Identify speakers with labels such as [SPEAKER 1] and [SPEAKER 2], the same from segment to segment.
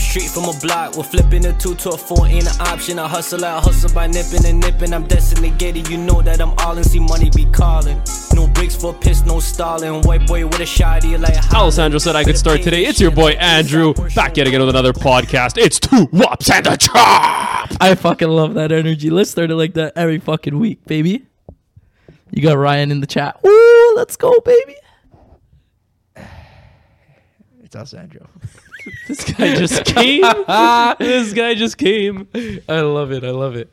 [SPEAKER 1] street from a block. We're flipping a two to a four ain't an option. I hustle, I hustle by nipping and nipping. I'm destined gated, you know that I'm all in. See money be calling. No bricks for piss, no stalling. White boy with a shotty like
[SPEAKER 2] Alessandro said I could start today. It's your boy Andrew back yet again with another podcast. It's two wops and a chop.
[SPEAKER 3] I fucking love that energy. Let's start it like that every fucking week, baby. You got Ryan in the chat. Ooh, let's go, baby.
[SPEAKER 4] It's Alessandro.
[SPEAKER 2] This guy just came. this guy just came. I love it. I love it.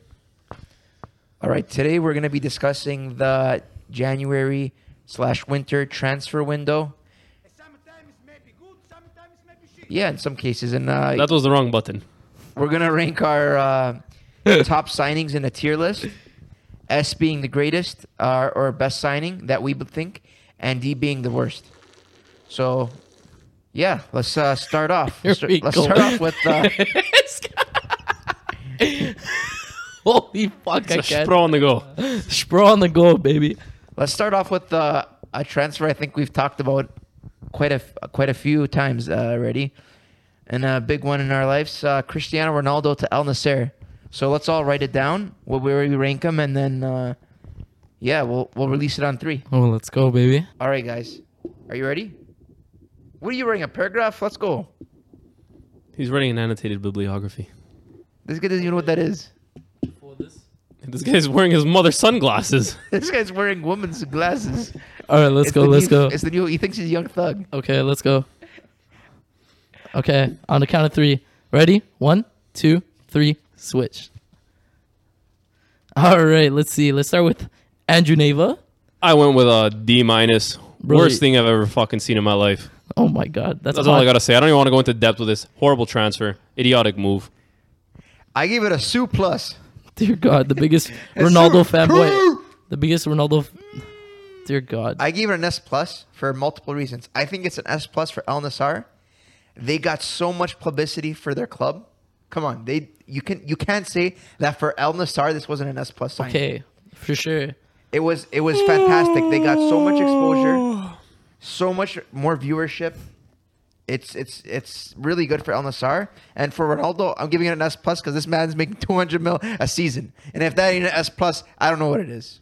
[SPEAKER 4] All right, today we're going to be discussing the January slash winter transfer window. Yeah, in some cases, and uh,
[SPEAKER 2] That was the wrong button.
[SPEAKER 4] we're gonna rank our uh, top signings in a tier list. S being the greatest uh, or best signing that we would think, and D being the worst. So, yeah, let's uh, start off.
[SPEAKER 3] Here
[SPEAKER 4] Let's,
[SPEAKER 3] we
[SPEAKER 4] start- let's
[SPEAKER 3] go.
[SPEAKER 4] start off with uh,
[SPEAKER 3] Holy fuck, I
[SPEAKER 2] It's a
[SPEAKER 3] can't.
[SPEAKER 2] spro on the go.
[SPEAKER 3] Spro on the go, baby.
[SPEAKER 4] Let's start off with uh, a transfer. I think we've talked about quite a quite a few times uh, already, and a big one in our lives: uh, Cristiano Ronaldo to Al Nasser. So let's all write it down. Where we rank them, and then uh, yeah, we'll we'll release it on three.
[SPEAKER 3] Oh, let's go, baby.
[SPEAKER 4] All right, guys, are you ready? What are you writing? A paragraph? Let's go.
[SPEAKER 2] He's running an annotated bibliography.
[SPEAKER 4] This guy doesn't even know what that is.
[SPEAKER 2] This guy's wearing his mother's sunglasses.
[SPEAKER 4] This guy's wearing woman's glasses.
[SPEAKER 3] All right, let's
[SPEAKER 4] It's
[SPEAKER 3] go.
[SPEAKER 4] the
[SPEAKER 3] Let's
[SPEAKER 4] new-
[SPEAKER 3] go.
[SPEAKER 4] It's the new. He thinks he's young thug.
[SPEAKER 3] Okay, let's go. Okay, on the count of three. Ready? One, two, three, switch. All right, let's see. Let's start with Andrew Neva.
[SPEAKER 2] I went with a D minus.
[SPEAKER 3] Bro,
[SPEAKER 2] Worst
[SPEAKER 3] you-
[SPEAKER 2] thing I've ever fucking seen in my life.
[SPEAKER 3] Oh my God, that's,
[SPEAKER 2] That's all I
[SPEAKER 3] hot.
[SPEAKER 2] gotta say. I don't even want to go into depth with this horrible transfer, idiotic move.
[SPEAKER 4] I gave it a Sue plus.
[SPEAKER 3] Dear God, the biggest Ronaldo fanboy. The biggest Ronaldo. f- Dear God.
[SPEAKER 4] I gave it an S plus for multiple reasons. I think it's an S plus for Al Nassr. They got so much publicity for their club. Come on, they you can you can't say that for Al Nassr this wasn't an S plus sign.
[SPEAKER 3] okay, for sure.
[SPEAKER 4] It was it was fantastic. They got so much exposure, so much more viewership. It's it's it's really good for El Nassr and for Ronaldo. I'm giving it an S plus because this man's making 200 mil a season, and if that ain't an S plus, I don't know what it is.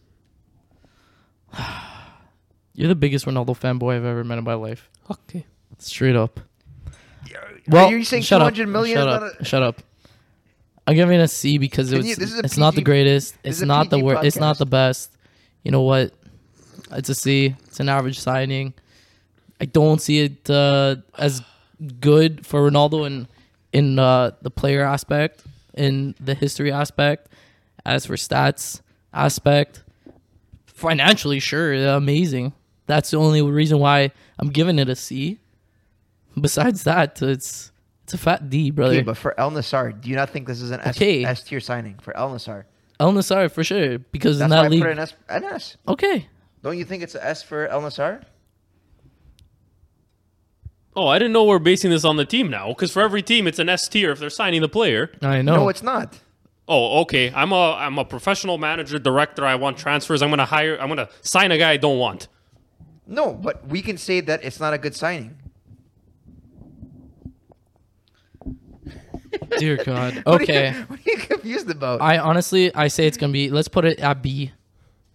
[SPEAKER 3] You're the biggest Ronaldo fanboy I've ever met in my life.
[SPEAKER 2] Okay.
[SPEAKER 3] Straight up. Well,
[SPEAKER 4] Are you saying
[SPEAKER 3] shut
[SPEAKER 4] 200
[SPEAKER 3] up.
[SPEAKER 4] million?
[SPEAKER 3] Shut
[SPEAKER 4] is
[SPEAKER 3] up.
[SPEAKER 4] not a-
[SPEAKER 3] shut up. I'm giving it a C because
[SPEAKER 4] Can
[SPEAKER 3] it's
[SPEAKER 4] you- this is a
[SPEAKER 3] it's not the
[SPEAKER 4] PG
[SPEAKER 3] greatest.
[SPEAKER 4] this
[SPEAKER 3] It's
[SPEAKER 4] is a
[SPEAKER 3] not the
[SPEAKER 4] PG
[SPEAKER 3] worst. It's not
[SPEAKER 4] podcast.
[SPEAKER 3] the best. You know what? It's a C. It's an average signing. I don't see it uh, as good for Ronaldo in in uh, the player aspect, in the history aspect, as for stats aspect. Financially, sure, they're amazing. That's the only reason why I'm giving it a C. Besides that, it's it's a fat D, brother.
[SPEAKER 4] Okay, but for El Nassar, do you not think this is an S
[SPEAKER 3] Okay.
[SPEAKER 4] S tier signing for El Nassar?
[SPEAKER 3] El Nassr for sure because
[SPEAKER 4] That's
[SPEAKER 3] in
[SPEAKER 4] why
[SPEAKER 3] that
[SPEAKER 4] I
[SPEAKER 3] league.
[SPEAKER 4] put an S, an S.
[SPEAKER 3] okay,
[SPEAKER 4] Don't you think it's an S for El Nassar?
[SPEAKER 2] Oh, I didn't know we're basing this on the team now. Because for every team, it's an S tier if they're signing the player.
[SPEAKER 3] I know.
[SPEAKER 4] No, it's not.
[SPEAKER 2] Oh, okay. I'm a I'm a professional manager, director. I want transfers. I'm gonna hire. I'm gonna sign a guy I don't want.
[SPEAKER 4] No, but we can say that it's not a good signing.
[SPEAKER 3] Dear God.
[SPEAKER 4] What are you-
[SPEAKER 3] Okay,
[SPEAKER 4] What are you, confused about?
[SPEAKER 3] I honestly I say it's gonna be. Let's put it at B.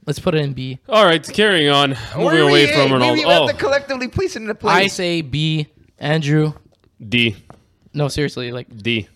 [SPEAKER 3] Let's put it in B.
[SPEAKER 2] All right, carrying on. Moving
[SPEAKER 4] Where
[SPEAKER 2] away
[SPEAKER 4] we-
[SPEAKER 2] from
[SPEAKER 4] we- We
[SPEAKER 2] Ronaldo.
[SPEAKER 4] have
[SPEAKER 2] Oh,
[SPEAKER 4] to collectively place it in a place.
[SPEAKER 3] I say B. Andrew.
[SPEAKER 2] D
[SPEAKER 3] No, seriously, like
[SPEAKER 2] D.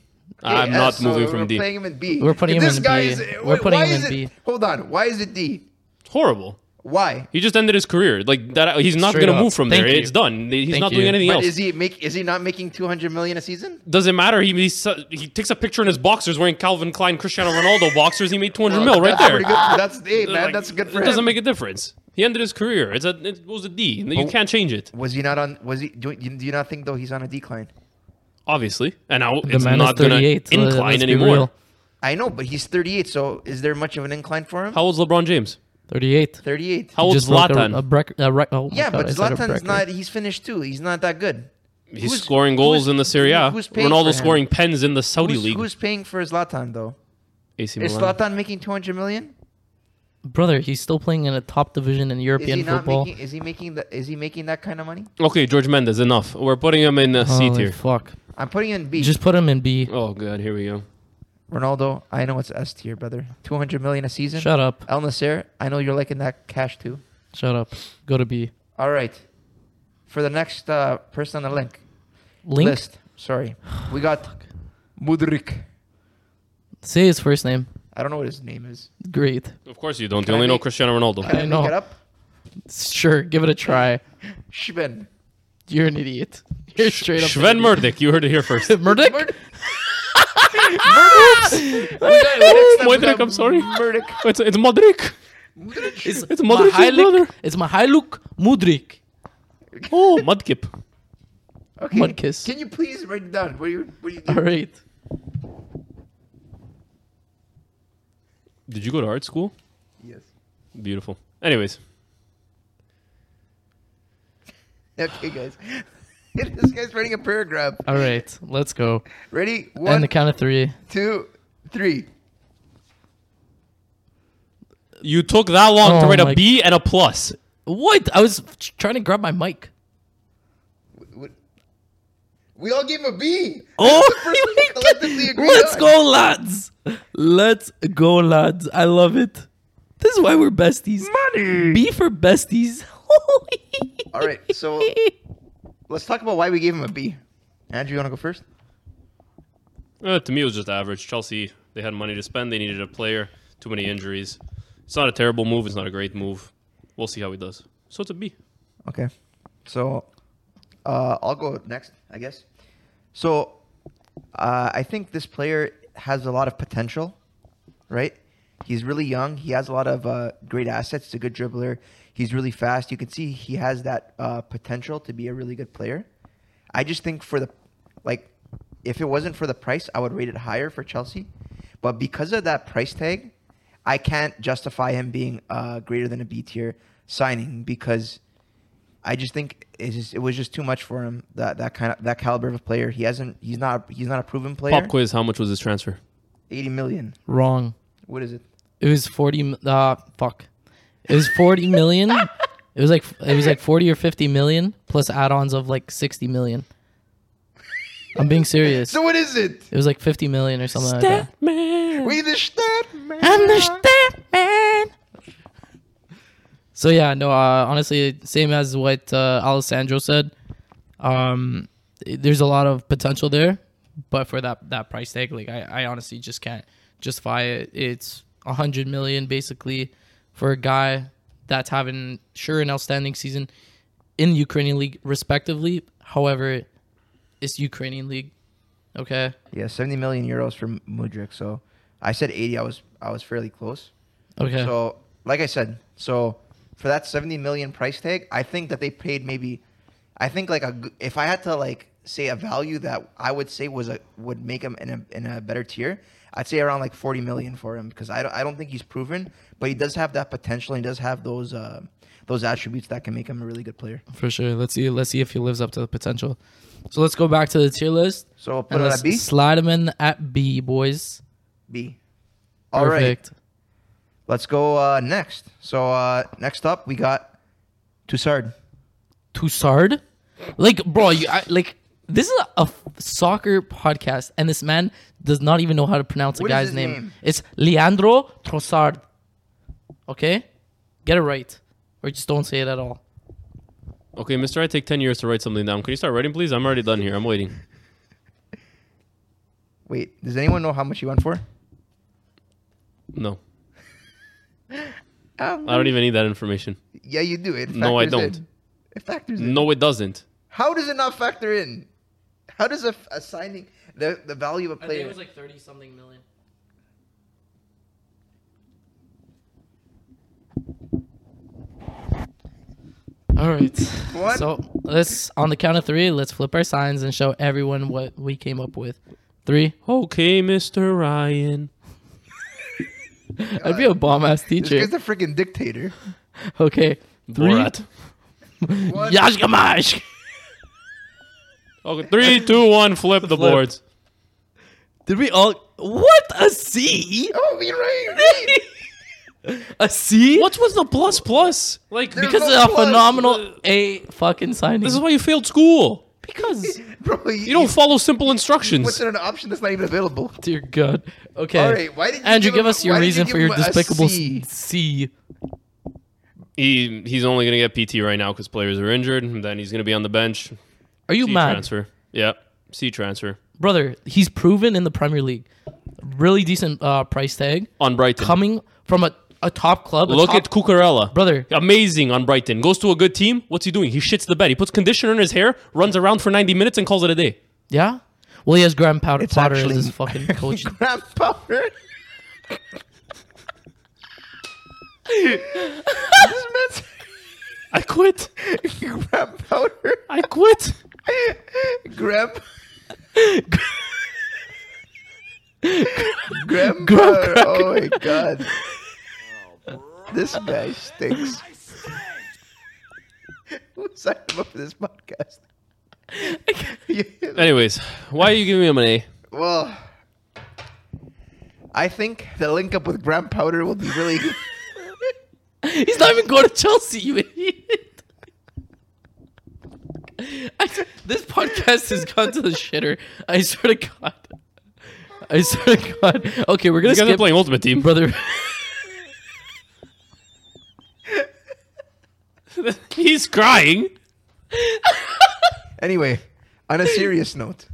[SPEAKER 2] I'm not
[SPEAKER 4] so
[SPEAKER 2] moving from
[SPEAKER 4] we're
[SPEAKER 2] D.
[SPEAKER 4] Playing him in B.
[SPEAKER 3] We're putting him
[SPEAKER 4] this
[SPEAKER 3] in
[SPEAKER 4] guy
[SPEAKER 3] B.
[SPEAKER 4] Is,
[SPEAKER 3] We're
[SPEAKER 4] wait,
[SPEAKER 3] putting
[SPEAKER 4] why
[SPEAKER 3] him
[SPEAKER 4] is
[SPEAKER 3] in
[SPEAKER 4] it-
[SPEAKER 3] B.
[SPEAKER 4] Hold on. Why is it D?
[SPEAKER 2] It's horrible.
[SPEAKER 4] Why?
[SPEAKER 2] He just ended his career. Like that, he's not
[SPEAKER 3] Straight
[SPEAKER 2] gonna
[SPEAKER 3] up.
[SPEAKER 2] move from there.
[SPEAKER 3] Thank you.
[SPEAKER 2] It's done. He's
[SPEAKER 3] Thank
[SPEAKER 2] not doing
[SPEAKER 3] you.
[SPEAKER 2] anything
[SPEAKER 4] But
[SPEAKER 2] else.
[SPEAKER 4] is he make? Is he not making 200 million a season?
[SPEAKER 2] Doesn't matter. He he's, he takes a picture in his boxers wearing Calvin Klein, Cristiano Ronaldo boxers. He made 200 mil right
[SPEAKER 4] That's
[SPEAKER 2] there.
[SPEAKER 4] pretty good. That's hey, man.
[SPEAKER 2] Like,
[SPEAKER 4] that's good
[SPEAKER 2] It
[SPEAKER 4] for
[SPEAKER 2] doesn't
[SPEAKER 4] him.
[SPEAKER 2] make a difference. He ended his career. It's a it was a D. You can't change it,
[SPEAKER 4] was he not on? Was he? Do, you- do you not think though he's on a decline?
[SPEAKER 2] obviously. And now
[SPEAKER 3] the
[SPEAKER 2] it's
[SPEAKER 3] man
[SPEAKER 2] not
[SPEAKER 3] is
[SPEAKER 2] gonna
[SPEAKER 3] 38. so let's
[SPEAKER 2] incline
[SPEAKER 3] be
[SPEAKER 2] anymore.
[SPEAKER 3] real.
[SPEAKER 4] I know, but he's 38. So is there much of an incline for him?
[SPEAKER 2] How old's LeBron James?
[SPEAKER 3] 38.
[SPEAKER 4] 38.
[SPEAKER 2] How old's
[SPEAKER 3] Just broke
[SPEAKER 2] Zlatan?
[SPEAKER 3] A, a brec- a rec- oh my
[SPEAKER 4] yeah,
[SPEAKER 3] God,
[SPEAKER 4] but
[SPEAKER 3] I said a
[SPEAKER 4] Zlatan's
[SPEAKER 3] record.
[SPEAKER 4] not. He's finished too. He's not that good.
[SPEAKER 2] He's
[SPEAKER 4] Who's-
[SPEAKER 2] scoring goals
[SPEAKER 4] who's-
[SPEAKER 2] in the Serie A.
[SPEAKER 4] who's paying for
[SPEAKER 2] Ronaldo
[SPEAKER 4] him?
[SPEAKER 2] scoring pens in the Saudi
[SPEAKER 4] Who's,
[SPEAKER 2] league.
[SPEAKER 4] who's paying for Zlatan though?
[SPEAKER 2] AC
[SPEAKER 4] Is
[SPEAKER 2] Milan.
[SPEAKER 4] Zlatan making 200 million?
[SPEAKER 3] brother, he's still playing in a top division in
[SPEAKER 4] Is
[SPEAKER 3] European
[SPEAKER 4] he not
[SPEAKER 3] football.
[SPEAKER 4] making? Is he making? The, is he making that kind of money?
[SPEAKER 2] Okay, George Mendes, enough. We're putting him in uh, C
[SPEAKER 3] Holy
[SPEAKER 2] tier.
[SPEAKER 3] fuck.
[SPEAKER 4] I'm putting in B.
[SPEAKER 3] Just put him in B.
[SPEAKER 2] Oh god, here we go.
[SPEAKER 4] Ronaldo, I know it's S tier, brother. 200 million a season.
[SPEAKER 3] Shut up.
[SPEAKER 4] El Nasser, I know you're liking that cash too.
[SPEAKER 3] Shut up. Go to B.
[SPEAKER 4] All right. For the next uh, person on the link,
[SPEAKER 3] Link.
[SPEAKER 4] list. Sorry, we got Mudrik.
[SPEAKER 3] Say his first name.
[SPEAKER 4] I don't know what his name is.
[SPEAKER 3] Great.
[SPEAKER 2] Of course you don't.
[SPEAKER 4] Can
[SPEAKER 2] you
[SPEAKER 4] I
[SPEAKER 2] only know
[SPEAKER 4] make-
[SPEAKER 2] Cristiano Ronaldo.
[SPEAKER 4] Can I,
[SPEAKER 3] I know.
[SPEAKER 4] make it up?
[SPEAKER 3] Sure. Give it a try.
[SPEAKER 4] Shben.
[SPEAKER 3] You're an idiot. You're straight up.
[SPEAKER 2] Sven Murdick, you heard it here first.
[SPEAKER 3] Murdick?
[SPEAKER 4] Murdick. Murdick.
[SPEAKER 2] Mudrik, I'm sorry.
[SPEAKER 4] Murdick.
[SPEAKER 2] It's it's Modric.
[SPEAKER 3] It's,
[SPEAKER 2] It's Modric's brother.
[SPEAKER 3] It's Mihailuk Mudrik.
[SPEAKER 2] Oh, Mudkip.
[SPEAKER 4] Okay.
[SPEAKER 3] Mudkiss.
[SPEAKER 4] Can you please write it down? What do you? What do you
[SPEAKER 3] All
[SPEAKER 4] do?
[SPEAKER 3] right.
[SPEAKER 2] Did you go to art school?
[SPEAKER 4] Yes.
[SPEAKER 2] Beautiful. Anyways,
[SPEAKER 4] Okay, guys. this guy's writing a paragraph.
[SPEAKER 3] All right. Let's go.
[SPEAKER 4] Ready?
[SPEAKER 3] And
[SPEAKER 4] One,
[SPEAKER 3] the count of three.
[SPEAKER 4] two, three.
[SPEAKER 2] you took that long to
[SPEAKER 3] Oh
[SPEAKER 2] write a
[SPEAKER 3] my-
[SPEAKER 2] B and a plus.
[SPEAKER 3] What? I was trying to grab my mic.
[SPEAKER 4] What- We all gave him a B.
[SPEAKER 3] Oh,
[SPEAKER 4] first thing we
[SPEAKER 3] my God.
[SPEAKER 4] collectively agreed
[SPEAKER 3] let's
[SPEAKER 4] on.
[SPEAKER 3] go, lads. Let's go, lads. I love it. This is why we're besties.
[SPEAKER 4] Money.
[SPEAKER 3] B for besties.
[SPEAKER 4] All right, so let's talk about why we gave him a B. Andrew, you want to go first?
[SPEAKER 2] Uh, to me, it was just average. Chelsea, they had money to spend. They needed a player. Too many injuries. It's not a terrible move. It's not a great move. We'll see how he does. So it's a B.
[SPEAKER 4] Okay. So uh, I'll go next, I guess. So uh, I think this player has a lot of potential, right? He's really young. He has a lot of uh, great assets. He's a good dribbler. He's really fast. You can see he has that uh, potential to be a really good player. I just think for the like, if it wasn't for the price, I would rate it higher for Chelsea. But because of that price tag, I can't justify him being uh, greater than a B tier signing because I just think it's just, it was just too much for him. That that kind of that caliber of a player. He hasn't. He's not. He's not a proven player.
[SPEAKER 2] Pop quiz. How much was his transfer?
[SPEAKER 4] Eighty million.
[SPEAKER 3] Wrong.
[SPEAKER 4] What is it?
[SPEAKER 3] It was forty. m- Uh, fuck. It was forty million. it was like it was like forty or fifty million plus add-ons of like sixty million. I'm being serious.
[SPEAKER 4] So what is it?
[SPEAKER 3] It was like fifty million or something like that.
[SPEAKER 4] We the stat man.
[SPEAKER 3] I'm the stat man. So yeah, no. Uh, honestly, same as what uh, Alessandro said. Um, i- there's a lot of potential there, but for that that price tag, like I, I honestly just can't justify it. It's a hundred million basically for a guy that's having sure an outstanding season in the Ukrainian league, respectively. However, it's Ukrainian league. Okay.
[SPEAKER 4] Yeah, seventy million euros for Mudrik. So I said eighty. I was I was fairly close.
[SPEAKER 3] Okay.
[SPEAKER 4] So like I said, so for that seventy million price tag, I think that they paid maybe. I think like a g- if I had to like say a value that I would say was a would make him in a in a better tier, I'd say around like forty million for him because I don't I don't think he's proven, but he does have that potential and he does have those uh, those attributes that can make him a really good player.
[SPEAKER 3] For sure. Let's see. Let's see if he lives up to the potential. So let's go back to the tier list.
[SPEAKER 4] So I'll put
[SPEAKER 3] And
[SPEAKER 4] it
[SPEAKER 3] let's
[SPEAKER 4] at B.
[SPEAKER 3] slide him in at B, boys.
[SPEAKER 4] B. All right.
[SPEAKER 3] Perfect.
[SPEAKER 4] Let's go uh, next. So uh, next up, we got Tussard.
[SPEAKER 3] Tussard, like bro, you I, like this is a, f- soccer podcast, and this man does not even know how to pronounce the
[SPEAKER 4] What is
[SPEAKER 3] guy's
[SPEAKER 4] his
[SPEAKER 3] name.
[SPEAKER 4] name?
[SPEAKER 3] It's Leandro Trossard. Okay, get it right, or just don't say it at all.
[SPEAKER 2] Okay, Mister, I take ten years to write something down. Can you start writing, please? I'm already done here. I'm waiting.
[SPEAKER 4] Wait, does anyone know how much he went for?
[SPEAKER 2] No,
[SPEAKER 4] Um,
[SPEAKER 2] I don't even need that information.
[SPEAKER 4] yeah, you do. It
[SPEAKER 2] No, I
[SPEAKER 4] factors in.
[SPEAKER 2] don't.
[SPEAKER 4] It factors in.
[SPEAKER 2] No, it doesn't.
[SPEAKER 4] How does it not factor in? How does a, a signing the, the value of a player?
[SPEAKER 3] like thirty something million. All right.
[SPEAKER 4] What?
[SPEAKER 3] So let's on the count of three, let's flip our signs and show everyone what we came up with. Three.
[SPEAKER 2] Okay, Mister Ryan.
[SPEAKER 3] I'd be a bomb ass
[SPEAKER 4] this
[SPEAKER 3] teacher.
[SPEAKER 4] guy's a freaking dictator.
[SPEAKER 3] Okay. Three.
[SPEAKER 2] Borat.
[SPEAKER 4] What?
[SPEAKER 3] Yashkamash.
[SPEAKER 2] Okay, three, two, one. Flip the boards.
[SPEAKER 3] Did we all? What a C.
[SPEAKER 4] Oh, you're right. you're right.
[SPEAKER 3] A C?
[SPEAKER 2] What was the plus plus? Like
[SPEAKER 4] There's
[SPEAKER 3] Because
[SPEAKER 4] no
[SPEAKER 3] of a
[SPEAKER 4] plus.
[SPEAKER 3] phenomenal A fucking signing.
[SPEAKER 2] this is why you failed school.
[SPEAKER 3] because.
[SPEAKER 4] Bro,
[SPEAKER 2] You don't follow simple instructions.
[SPEAKER 4] What's in an option that's not even available?
[SPEAKER 3] Dear God. Okay.
[SPEAKER 4] All right, why did you
[SPEAKER 3] Andrew,
[SPEAKER 4] give
[SPEAKER 3] give,
[SPEAKER 4] him-
[SPEAKER 3] us your
[SPEAKER 4] why did you
[SPEAKER 3] reason
[SPEAKER 4] give
[SPEAKER 3] for your
[SPEAKER 4] him a
[SPEAKER 3] despicable
[SPEAKER 4] C?
[SPEAKER 3] C. C.
[SPEAKER 2] He he's only gonna get PT right now because players are injured. And then he's gonna be on the bench.
[SPEAKER 3] Are you
[SPEAKER 2] C
[SPEAKER 3] mad?
[SPEAKER 2] transfer. Yeah, C transfer
[SPEAKER 3] Brother, he's proven in the Premier League. Really decent uh, price tag.
[SPEAKER 2] on Brighton.
[SPEAKER 3] Coming from a, a top club. a
[SPEAKER 2] Look
[SPEAKER 3] top-
[SPEAKER 2] at Cucurella.
[SPEAKER 3] Brother.
[SPEAKER 2] Amazing on Brighton. Goes to a good team. What's he doing? He shits the bed. He puts conditioner in his hair, runs around for 90 minutes, and calls it a day.
[SPEAKER 3] Yeah? Well, he has Graham Potter,
[SPEAKER 4] It's
[SPEAKER 3] Potter as
[SPEAKER 4] actually-
[SPEAKER 3] his fucking coach.
[SPEAKER 4] Graham Potter. this
[SPEAKER 2] I quit.
[SPEAKER 4] man's Graham Powder.
[SPEAKER 2] I quit.
[SPEAKER 4] Graham. Graham Powder. Oh my god. This guy stinks. Who signed him up for this podcast? Yeah.
[SPEAKER 2] Anyways, why are you giving him an A?
[SPEAKER 4] Well, I think the link up with Graham Powder will be really.
[SPEAKER 3] He's not even going to Chelsea, you idiot. I- this podcast has gone to the shitter. I swear to God. I swear to God. Okay, we're
[SPEAKER 2] You
[SPEAKER 3] gonna
[SPEAKER 2] guys are
[SPEAKER 3] skip,
[SPEAKER 2] playing Ultimate Team.
[SPEAKER 3] brother.
[SPEAKER 2] He's crying.
[SPEAKER 4] anyway, on a serious note,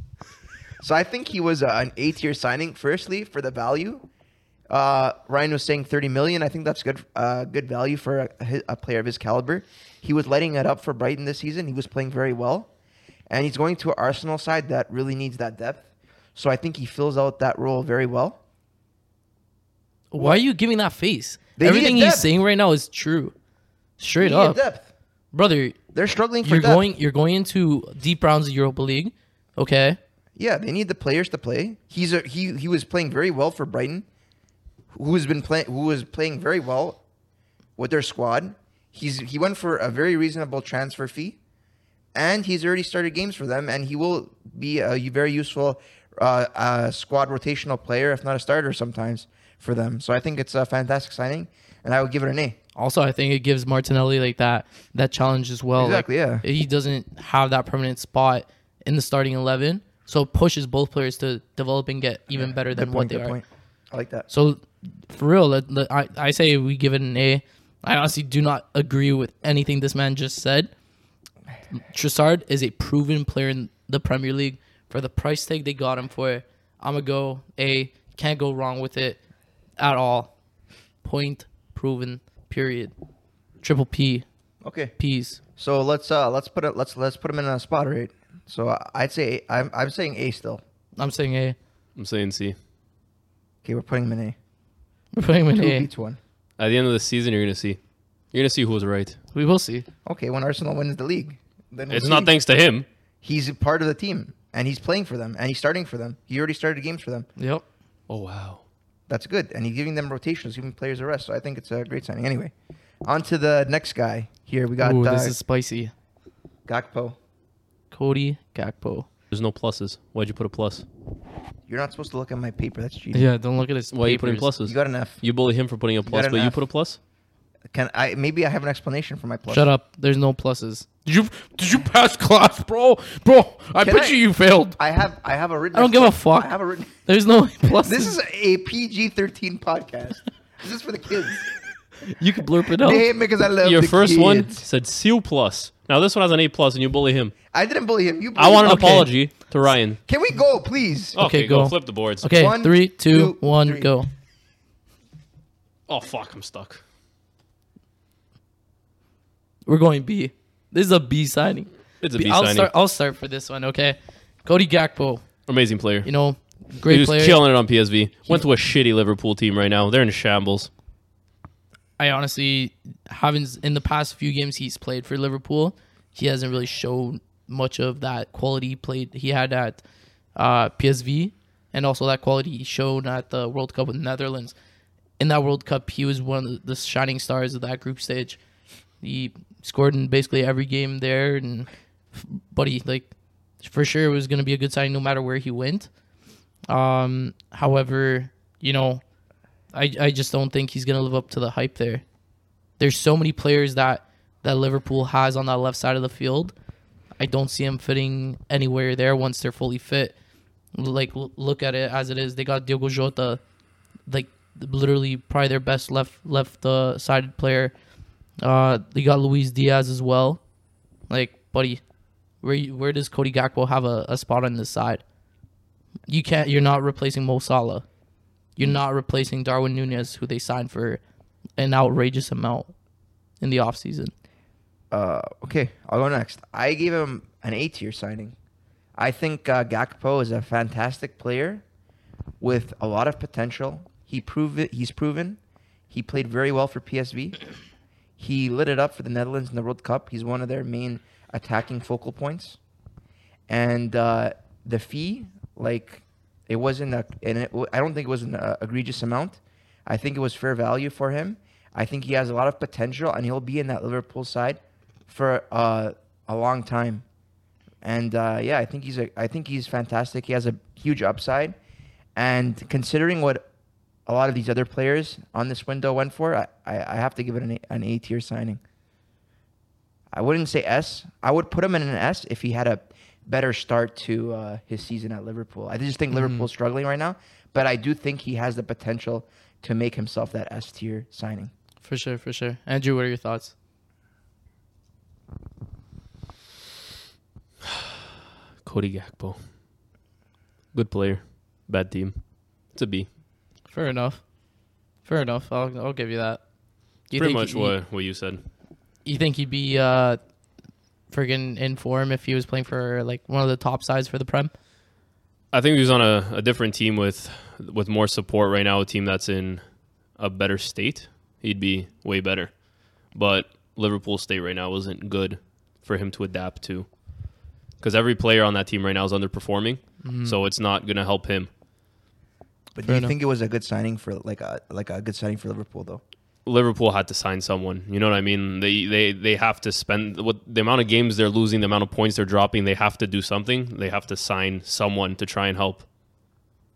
[SPEAKER 4] so I think he was uh, an A-tier signing. Firstly, for the value, uh, Ryan was saying 30 million. I think that's good, uh, good value for a, a player of his caliber. He was lighting it up for Brighton this season. He was playing very well, and he's going to an Arsenal side that really needs that depth. So I think he fills out that role very well.
[SPEAKER 3] Why are you giving that face?
[SPEAKER 4] They need
[SPEAKER 3] Everything
[SPEAKER 4] a
[SPEAKER 3] he's
[SPEAKER 4] depth.
[SPEAKER 3] saying right now is true. Straight
[SPEAKER 4] They need
[SPEAKER 3] up,
[SPEAKER 4] depth.
[SPEAKER 3] brother.
[SPEAKER 4] They're struggling for
[SPEAKER 3] You're
[SPEAKER 4] depth.
[SPEAKER 3] going. You're going into deep rounds of Europa League. Okay.
[SPEAKER 4] Yeah, they need the players to play. He's a he he was playing very well for Brighton, who has been playing who was playing very well with their squad. He's he went for a very reasonable transfer fee, and he's already started games for them, and he will be a very useful uh, uh, squad rotational player, if not a starter sometimes for them. So I think it's a fantastic signing, and I would give it an A.
[SPEAKER 3] Also, I think it gives Martinelli like that that challenge as well. Like,
[SPEAKER 4] Exactly, yeah.
[SPEAKER 3] He doesn't have that permanent spot in the starting eleven, so it pushes both players to develop and get even better than
[SPEAKER 4] Good
[SPEAKER 3] what
[SPEAKER 4] point,
[SPEAKER 3] they
[SPEAKER 4] good
[SPEAKER 3] are.
[SPEAKER 4] point. I like that.
[SPEAKER 3] So, for real, let, let- I I say we give it an A. I honestly do not agree with anything this man just said. Trissard is a proven player in the Premier League. For the price tag they got him for, I'ma go A. Can't go wrong with it at all. Point proven. Period. Triple P.
[SPEAKER 4] Okay.
[SPEAKER 3] P's.
[SPEAKER 4] So let's uh let's put it let's let's put him in a spot right. So I- I'd say I'm I'm saying A still.
[SPEAKER 3] I'm saying A.
[SPEAKER 2] I'm saying C.
[SPEAKER 4] Okay, we're putting him in A.
[SPEAKER 3] We're putting him
[SPEAKER 4] Two
[SPEAKER 3] in A.
[SPEAKER 4] beats one.
[SPEAKER 2] At the end of the season, you're gonna see. You're gonna see who was right.
[SPEAKER 3] We will see.
[SPEAKER 4] Okay, when Arsenal wins the league, then we'll
[SPEAKER 2] It's
[SPEAKER 4] see.
[SPEAKER 2] not thanks to him.
[SPEAKER 4] He's a part of the team, and he's playing for them, and he's starting for them. He already started games for them.
[SPEAKER 3] Yep.
[SPEAKER 2] Oh wow.
[SPEAKER 4] That's good, and he's giving them rotations, giving players a rest. So I think it's a great signing. Anyway, on to the next guy. Here we got
[SPEAKER 3] Ooh,
[SPEAKER 4] uh,
[SPEAKER 3] this is spicy.
[SPEAKER 4] Gakpo.
[SPEAKER 3] Cody Gakpo.
[SPEAKER 2] There's no pluses. Why'd you put a plus?
[SPEAKER 4] You're not supposed to look at my paper. That's cheating.
[SPEAKER 3] Yeah, don't look at his.
[SPEAKER 2] Why are you putting
[SPEAKER 3] papers.
[SPEAKER 2] pluses?
[SPEAKER 4] You got an F.
[SPEAKER 2] You bully him for putting a plus,
[SPEAKER 4] an
[SPEAKER 2] but you
[SPEAKER 4] F.
[SPEAKER 2] put a plus.
[SPEAKER 4] Can I? Maybe I have an explanation for my plus.
[SPEAKER 3] Shut up. There's no pluses. Did you did you pass class, bro? Bro, I
[SPEAKER 4] Can
[SPEAKER 3] bet
[SPEAKER 4] I-
[SPEAKER 3] you you failed.
[SPEAKER 4] I have. I have a written.
[SPEAKER 3] I don't give a fuck.
[SPEAKER 4] I have a written.
[SPEAKER 3] There's no pluses.
[SPEAKER 4] This is a PG-13 podcast. this is for the kids.
[SPEAKER 3] you can blurp it out.
[SPEAKER 4] They hate me because I love
[SPEAKER 2] Your
[SPEAKER 4] the
[SPEAKER 2] first one
[SPEAKER 4] kids.
[SPEAKER 2] said C plus. Now this one has an A plus, and you bully him.
[SPEAKER 4] I didn't bully him. You. Bullied
[SPEAKER 2] I want an
[SPEAKER 3] Okay.
[SPEAKER 2] apology Oh. to Ryan.
[SPEAKER 4] Can we go, please?
[SPEAKER 2] Okay, go.
[SPEAKER 3] go.
[SPEAKER 2] flip the boards.
[SPEAKER 3] Okay,
[SPEAKER 4] One,
[SPEAKER 3] three, two,
[SPEAKER 4] two,
[SPEAKER 3] one,
[SPEAKER 4] three.
[SPEAKER 3] go.
[SPEAKER 2] Oh fuck, I'm stuck.
[SPEAKER 3] We're going B. This is a B signing.
[SPEAKER 2] It's a
[SPEAKER 3] B
[SPEAKER 2] B
[SPEAKER 3] I'll
[SPEAKER 2] signing.
[SPEAKER 3] start. I'll start for this one. Okay, Cody Gakpo.
[SPEAKER 2] Amazing player.
[SPEAKER 3] You know,
[SPEAKER 2] He
[SPEAKER 3] great
[SPEAKER 2] was
[SPEAKER 3] player.
[SPEAKER 2] killing it on PSV. Went to a shitty Liverpool team right now. They're in shambles.
[SPEAKER 3] I honestly haven't in the past few games he's played for Liverpool. He hasn't really shown much of that quality he played he had at uh, PSV, and also that quality he showed at the World Cup with Netherlands. In that World Cup, he was one of the- the shining stars of that group stage. He scored in basically every game there, and but he like for sure it was going to be a good signing no matter where he went. Um, however, you know, I I just don't think he's gonna live up to the hype there. There's so many players that that Liverpool has on that left side of the field. I don't see him fitting anywhere there once they're fully fit. Like l- look at it as it is. They got Diogo Jota, like literally probably their best left left uh, sided player. Uh, they got Luis Diaz as well. Like buddy, where you, where does Cody Gakpo have a, a spot on this side? You can't. You're not replacing Mo Salah. You're not replacing Darwin Nunez, who they signed for an outrageous amount in the offseason.
[SPEAKER 4] Uh, okay, I'll go next. I gave him an A tier signing. I think uh, Gakpo is a fantastic player with a lot of potential. He proved it, he's proven. He played very well for PSV. He lit it up for the Netherlands in the World Cup. He's one of their main attacking focal points. And uh, the fee, like, it wasn't a, and it, I don't think it was an uh, egregious amount. I think it was fair value for him. I think he has a lot of potential, and he'll be in that Liverpool side for uh, a long time. And uh, yeah, I think he's a, I think he's fantastic. He has a huge upside, and considering what a lot of these other players on this window went for, I, I, I have to give it an A, an A tier signing. I wouldn't say S. I would put him in an S if he had a better start to uh, his season at Liverpool. I just think Liverpool's struggling right now, but I do think he has the potential to make himself that S tier signing.
[SPEAKER 3] For sure, for sure. Andrew, what are your thoughts?
[SPEAKER 2] Cody Gakpo. Good player. Bad team. It's a B.
[SPEAKER 3] Fair enough. Fair enough. I'll, I'll give you that. You
[SPEAKER 2] Pretty
[SPEAKER 3] think
[SPEAKER 2] much
[SPEAKER 3] he-
[SPEAKER 2] what, what you said.
[SPEAKER 3] You think he'd be uh, friggin' in form if he was playing for like one of the top sides for the Prem?
[SPEAKER 2] I think he was on a, a different team with with more support right now, a team that's in a better state. He'd be way better. But Liverpool state right now isn't good for him to adapt to. Because every player on that team right now is underperforming. So it's not gonna help him.
[SPEAKER 4] But
[SPEAKER 3] Fair
[SPEAKER 4] do you
[SPEAKER 3] enough.
[SPEAKER 4] think it was a good signing for like a like a good signing for Liverpool though?
[SPEAKER 2] Liverpool had to sign someone. You know what I mean? They they they have to spend what the amount of games they're losing, the amount of points they're dropping. They have to do something. They have to sign someone to try and help.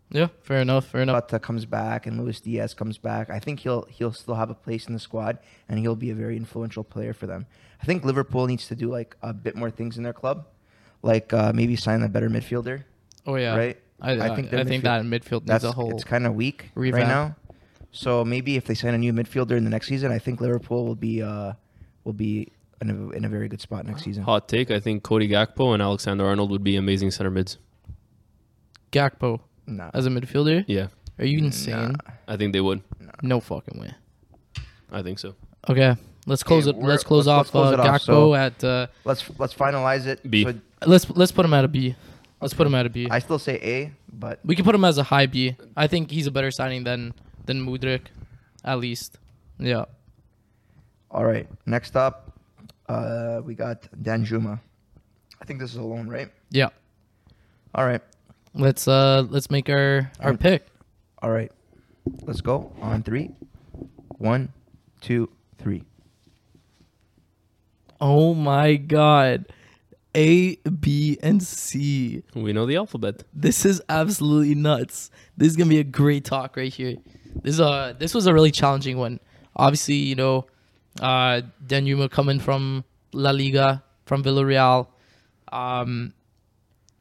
[SPEAKER 3] Yeah, fair enough. Fair enough.
[SPEAKER 4] Mata comes back and Luis Diaz comes back. I think he'll he'll still have a place in the squad and he'll be a very influential player for them. I think Liverpool needs to do like a bit more things in their club, like uh, maybe sign a better midfielder.
[SPEAKER 3] Oh yeah,
[SPEAKER 4] Right?
[SPEAKER 3] I,
[SPEAKER 4] I
[SPEAKER 3] I
[SPEAKER 4] think
[SPEAKER 3] think
[SPEAKER 4] their
[SPEAKER 3] I think
[SPEAKER 4] midfield-
[SPEAKER 3] that in midfield needs
[SPEAKER 4] That's
[SPEAKER 3] a whole.
[SPEAKER 4] it's kind of weak right
[SPEAKER 3] revamp.
[SPEAKER 4] now. So maybe if they sign a new midfielder in the next season, I think Liverpool will be uh, will be in a, in a very good spot next season.
[SPEAKER 2] Hot take: I think Cody Gakpo and Alexander Arnold would be amazing center mids.
[SPEAKER 3] Gakpo
[SPEAKER 4] Nah,
[SPEAKER 3] as a midfielder?
[SPEAKER 2] Yeah,
[SPEAKER 3] Are you insane?
[SPEAKER 2] I think they would.
[SPEAKER 3] No fucking way.
[SPEAKER 2] I think so.
[SPEAKER 3] Okay, let's close it.
[SPEAKER 4] we're-
[SPEAKER 3] Let's close
[SPEAKER 4] let's- let's
[SPEAKER 3] off
[SPEAKER 4] close
[SPEAKER 3] uh,
[SPEAKER 4] it off,
[SPEAKER 3] Gakpo
[SPEAKER 4] so-
[SPEAKER 3] at. Uh,
[SPEAKER 4] let's let's finalize it.
[SPEAKER 2] B.
[SPEAKER 4] So
[SPEAKER 3] let's let's put him at a B. Let's put him at a B.
[SPEAKER 4] I still say A, but
[SPEAKER 3] We can put him as a high B. I think he's a better signing than than Mudrik, at least. Yeah.
[SPEAKER 4] All right. Next up, uh, we got Danjuma. I think this is a loan, right?
[SPEAKER 3] Yeah.
[SPEAKER 4] All right.
[SPEAKER 3] Let's uh let's make our our pick.
[SPEAKER 4] All right. Let's go on three. One, two, three.
[SPEAKER 3] Oh my god. A, B, and C.
[SPEAKER 2] We know the alphabet.
[SPEAKER 3] This is absolutely nuts. This is gonna be a great talk right here. This uh this was a really challenging one. Obviously, you know, uh Danuma coming from La Liga, from Villarreal. Um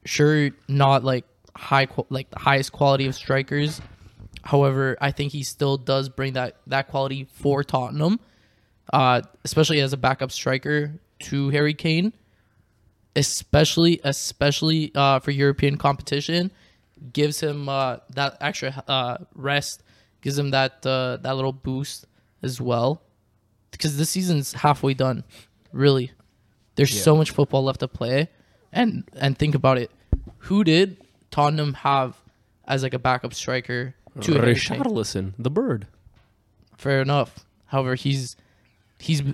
[SPEAKER 3] sure not like high qu- like the highest quality of strikers. However, I think he still does bring that that quality for Tottenham. Uh especially as a backup striker to Harry Kane especially especially uh, for European competition, gives him uh, that extra uh, rest, gives him that uh, that little boost as well, because this season's halfway done. Really, there's so much football left to play, and and think about it, who did Tottenham have as like a backup striker to Harry Kane?
[SPEAKER 2] Richarlison, the bird.
[SPEAKER 3] Fair enough. However, he's he's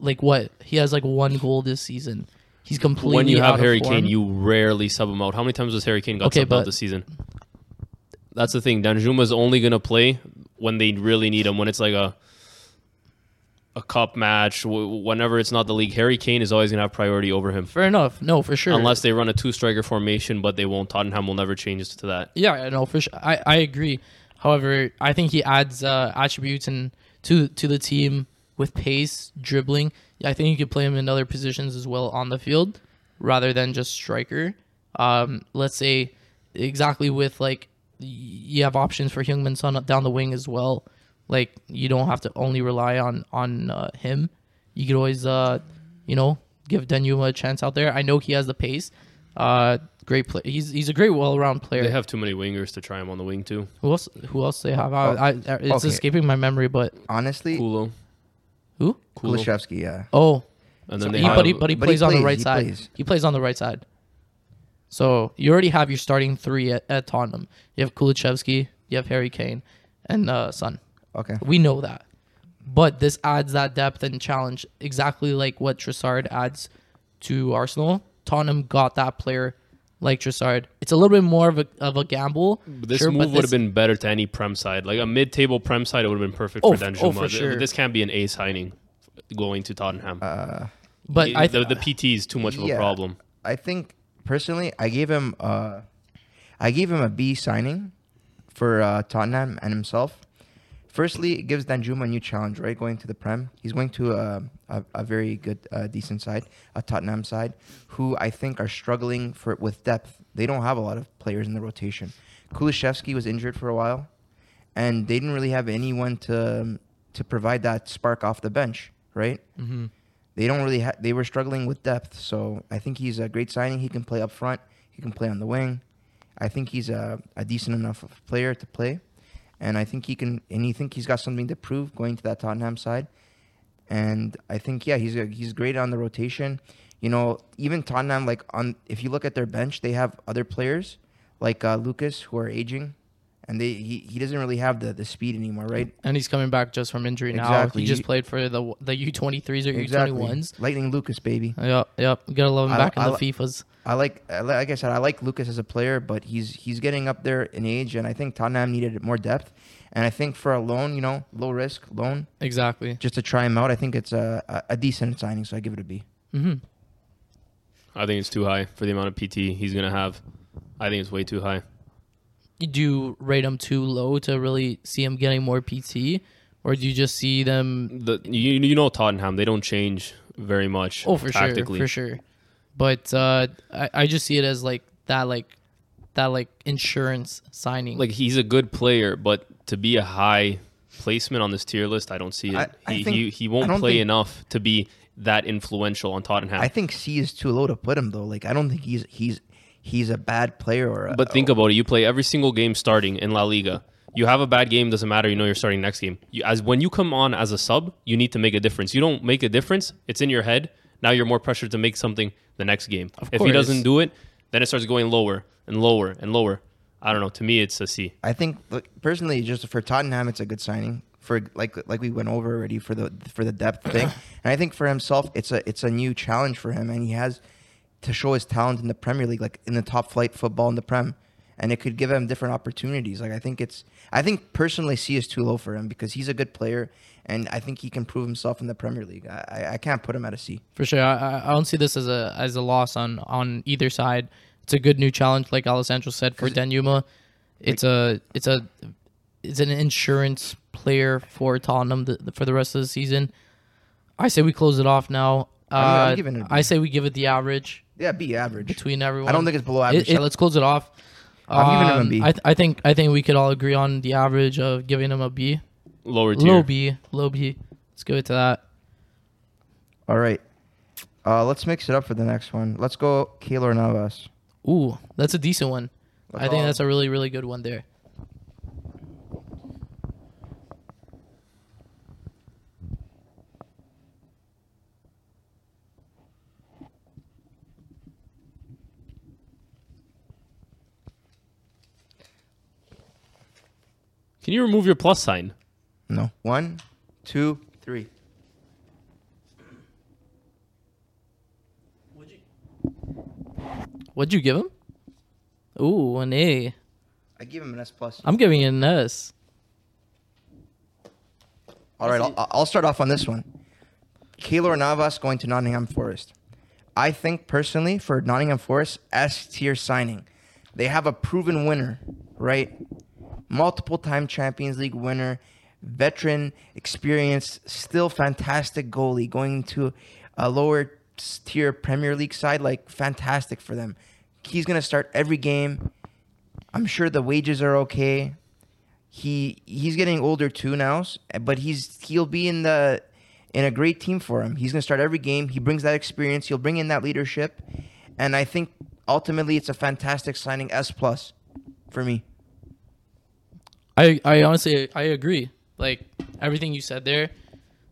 [SPEAKER 3] like what he has like one goal this season. He's completely
[SPEAKER 2] When you
[SPEAKER 3] out
[SPEAKER 2] have
[SPEAKER 3] of
[SPEAKER 2] Harry
[SPEAKER 3] form.
[SPEAKER 2] Kane, you rarely sub him out. How many times was Harry Kane got
[SPEAKER 3] Okay,
[SPEAKER 2] subbed
[SPEAKER 3] but-
[SPEAKER 2] out this season? That's the thing. Danjuma's only gonna play when they really need him. When it's like a a cup match, w- whenever it's not the league. Harry Kane is always gonna have priority over him.
[SPEAKER 3] Fair enough. No, for sure.
[SPEAKER 2] Unless they run a two striker formation, but they won't. Tottenham will never change to that.
[SPEAKER 3] yeah, I know for sure. I I agree. However, I think he adds uh, attributes and to to the team with pace, dribbling. I think you could play him in other positions as well on the field, rather than just striker. Um, let's say exactly with like y- you have options for Hyungmin Son up- down the wing as well. Like you don't have to only rely on on uh, him. You could always uh, you know give Danuma a chance out there. I know he has the pace. Uh, great play. He's he's a great well round player.
[SPEAKER 2] They have too many wingers to try him on the wing too.
[SPEAKER 3] Who else? Who else they have? I, I, I- it's
[SPEAKER 4] Oh, okay.
[SPEAKER 3] escaping my memory, but
[SPEAKER 4] Honestly,
[SPEAKER 2] Kulo,
[SPEAKER 3] who?
[SPEAKER 2] Kulo,
[SPEAKER 4] Kulishevsky, yeah.
[SPEAKER 3] Oh,
[SPEAKER 2] and then
[SPEAKER 3] so
[SPEAKER 2] they
[SPEAKER 3] he,
[SPEAKER 2] have
[SPEAKER 3] but, he, but he
[SPEAKER 4] but he
[SPEAKER 3] plays on the
[SPEAKER 4] plays,
[SPEAKER 3] right
[SPEAKER 4] he
[SPEAKER 3] side.
[SPEAKER 4] plays.
[SPEAKER 3] He plays on the right side. So you already have your starting three at, at Tottenham. You have Kulichevsky, you have Harry Kane, and uh, Son.
[SPEAKER 4] Okay.
[SPEAKER 3] We know that, but this adds that depth and challenge exactly like what Trossard adds to Arsenal. Tottenham got that player like Trossard. It's a little bit more of a of a gamble.
[SPEAKER 2] this
[SPEAKER 3] sure, but
[SPEAKER 2] move would
[SPEAKER 3] this-
[SPEAKER 2] have been better to any prem side, like a mid-table prem side. It would have been perfect
[SPEAKER 3] Oh,
[SPEAKER 2] for
[SPEAKER 3] f-
[SPEAKER 2] Danjuma.
[SPEAKER 3] oh, for
[SPEAKER 2] Th-
[SPEAKER 3] sure.
[SPEAKER 2] This can't be an A signing going to Tottenham.
[SPEAKER 3] But
[SPEAKER 2] He-
[SPEAKER 3] I
[SPEAKER 2] the, the PT is too much of a
[SPEAKER 4] Uh, Yeah.
[SPEAKER 2] problem.
[SPEAKER 4] I think personally, I gave him uh, I gave him a B signing for uh, Tottenham and himself. Firstly, it gives Danjuma a new challenge, right? Going to the Prem, he's going to uh, a, a very good, uh, decent side, a Tottenham side, who I think are struggling for with depth. They don't have a lot of players in the rotation. Kulishevsky was injured for a while, and they didn't really have anyone to to provide that spark off the bench, right?
[SPEAKER 3] Mm-hmm.
[SPEAKER 4] they don't really ha- they were struggling with depth. So I think he's a great signing. He can play up front. He can play on the wing. I think he's a, a decent enough of player to play, and I think he can. And you think he's got something to prove going to that Tottenham side. And I think yeah, he's a, he's great on the rotation. You know, even Tottenham like on if you look at their bench, they have other players like uh, Lucas who are aging, and they he, he doesn't really have the the speed anymore, right?
[SPEAKER 3] and he's coming back just from injury now.
[SPEAKER 4] Exactly.
[SPEAKER 3] He just played for the the U twenty threes or U twenty ones.
[SPEAKER 4] Lightning Lucas, baby.
[SPEAKER 3] Yep, yep. You gotta love him
[SPEAKER 4] I-
[SPEAKER 3] back in
[SPEAKER 4] I
[SPEAKER 3] the
[SPEAKER 4] li-
[SPEAKER 3] FIFA's.
[SPEAKER 4] I like, I li- like I said, I like Lucas as a player, but he's he's getting up there in age, and I think Tottenham needed more depth. And I think for a loan, you know, low risk loan,
[SPEAKER 3] Exactly.
[SPEAKER 4] just to try him out, I think it's a, a- a decent signing. So I give it a B.
[SPEAKER 2] I think it's too high for the amount of PT he's gonna have. I think it's way too high.
[SPEAKER 3] Do you rate him too low to really see him getting more PT, or do you just see them?
[SPEAKER 2] The you, you know Tottenham, they don't change very much.
[SPEAKER 3] Oh, for
[SPEAKER 2] tactically.
[SPEAKER 3] sure, for sure. But uh, I I just see it as like that like that like insurance signing.
[SPEAKER 2] Like he's a good player, but to be a high placement on this tier list, I don't see it.
[SPEAKER 4] I- I
[SPEAKER 2] he,
[SPEAKER 4] think-
[SPEAKER 2] he he
[SPEAKER 4] I
[SPEAKER 2] won't
[SPEAKER 4] don't
[SPEAKER 2] play
[SPEAKER 4] think-
[SPEAKER 2] enough to be that influential on Tottenham.
[SPEAKER 4] I think C is too low to put him though. Like I don't think he's he's he's a bad player or. A,
[SPEAKER 2] But think about it. You play every single game starting in La Liga. You have a bad game, doesn't matter. You know you're starting next game. You, as when you come on as a sub, you need to make a difference. You don't make a difference, it's in your head. Now you're more pressured to make something the next game. if he
[SPEAKER 3] course.
[SPEAKER 2] doesn't do it, then it starts going lower and lower and lower. I don't know. To me, it's a C.
[SPEAKER 4] I think look, personally, just for Tottenham, it's a good signing for like like we went over already for the for the depth thing, and I think for himself, it's a it's a new challenge for him, and he has to show his talent in the Premier League, like in the top flight football in the Prem, and it could give him different opportunities. Like I think it's I think personally, C is too low for him because he's a good player, and I think he can prove himself in the Premier League. I I- I can't put him at a C.
[SPEAKER 3] For sure, I, I- I don't see this as a as a loss on on either side. It's a good new challenge, like Alessandro said for Danuma. It's a it's a it's an insurance player for Tottenham th for the rest of the season. I say we close it off now. Uh,
[SPEAKER 4] I'm- I'm
[SPEAKER 3] i
[SPEAKER 4] giving it a B.
[SPEAKER 3] say we give it the average
[SPEAKER 4] Yeah, B average.
[SPEAKER 3] between everyone.
[SPEAKER 4] I don't think it's below
[SPEAKER 3] It-
[SPEAKER 4] average.
[SPEAKER 3] it- let's close it off.
[SPEAKER 4] I'm giving him a
[SPEAKER 3] Um,
[SPEAKER 4] B.
[SPEAKER 3] I, th- I think I think we could all agree on the average of giving him a B,
[SPEAKER 2] Lower tier.
[SPEAKER 3] low B, low B. Let's give it to that.
[SPEAKER 4] All right, uh, let's mix it up for the next one. Let's go Keylor Navas.
[SPEAKER 3] Ooh, that's a decent one. I think
[SPEAKER 4] all.
[SPEAKER 3] that's a really, really good one there.
[SPEAKER 2] Can you remove your plus sign?
[SPEAKER 4] No. One, two, three.
[SPEAKER 3] What'd you give him? Ooh, an A.
[SPEAKER 4] I give him an S plus.
[SPEAKER 3] I'm giving it an S.
[SPEAKER 4] All right, I'll, I'll start off on this one. Keylor Navas going to Nottingham Forest. I think personally for Nottingham Forest, S tier signing. They have a proven winner, right? multiple time Champions League winner, veteran, experienced, still fantastic goalie going to a lower s- tier Premier League side. Like, fantastic for them. He's going to start every game. I'm sure the wages are okay. He he's getting older too now, s- but he's he'll be in the in a great team for him. He's going to start every game. He brings that experience. He'll bring in that leadership, and I think ultimately it's a fantastic signing. S plus for me.
[SPEAKER 3] I, I honestly I agree. Like everything you said there,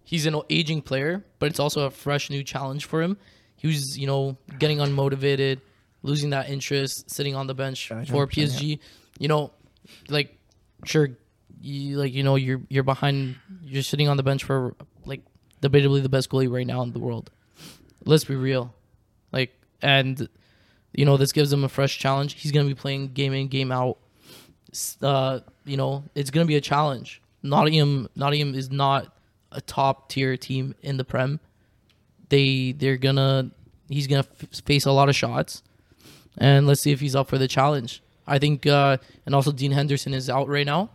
[SPEAKER 3] he's an aging player, but it's also a fresh new challenge for him. He was, you know, getting unmotivated, losing that interest, sitting on the bench
[SPEAKER 4] Yeah, I
[SPEAKER 3] for
[SPEAKER 4] 100%,
[SPEAKER 3] PSG. You know, like sure you like you know you're you're behind you're sitting on the bench for like debatably the best goalie right now in the world. Let's be real. Like and you know, this gives him a fresh challenge. He's going to be playing game in, game out s- uh, you know, it's gonna be a challenge. Nottingham, Nottingham is not a top tier team in the Prem. They they're gonna he's gonna f- face a lot of shots, and let's see if he's up for the challenge. I think, uh, and also Dean Henderson is out right now,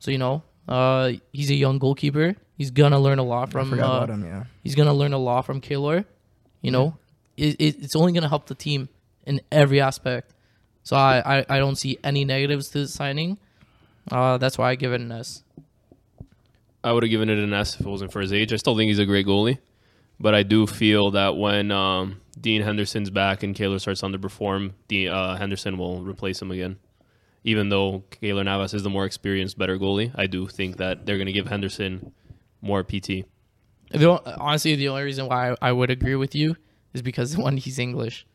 [SPEAKER 3] so you know, uh, he's a young goalkeeper. He's gonna learn a lot from uh,
[SPEAKER 4] him. Yeah.
[SPEAKER 3] He's gonna learn a lot from Kaylor. You know, it, it, it's only gonna help the team in every aspect. So I, I, I don't see any negatives to the signing. Uh, that's why I give it an S.
[SPEAKER 2] I would have given it an S if it wasn't for his age. I still think he's a great goalie, but I do feel that when um, Dean Henderson's back and Kaylor starts to underperform, De- uh, Henderson will replace him again. Even though Kaylor Navas is the more experienced, better goalie, I do think that they're going to give Henderson more PT.
[SPEAKER 3] The, o- honestly, the only reason why I, I would agree with you is because one, he's English.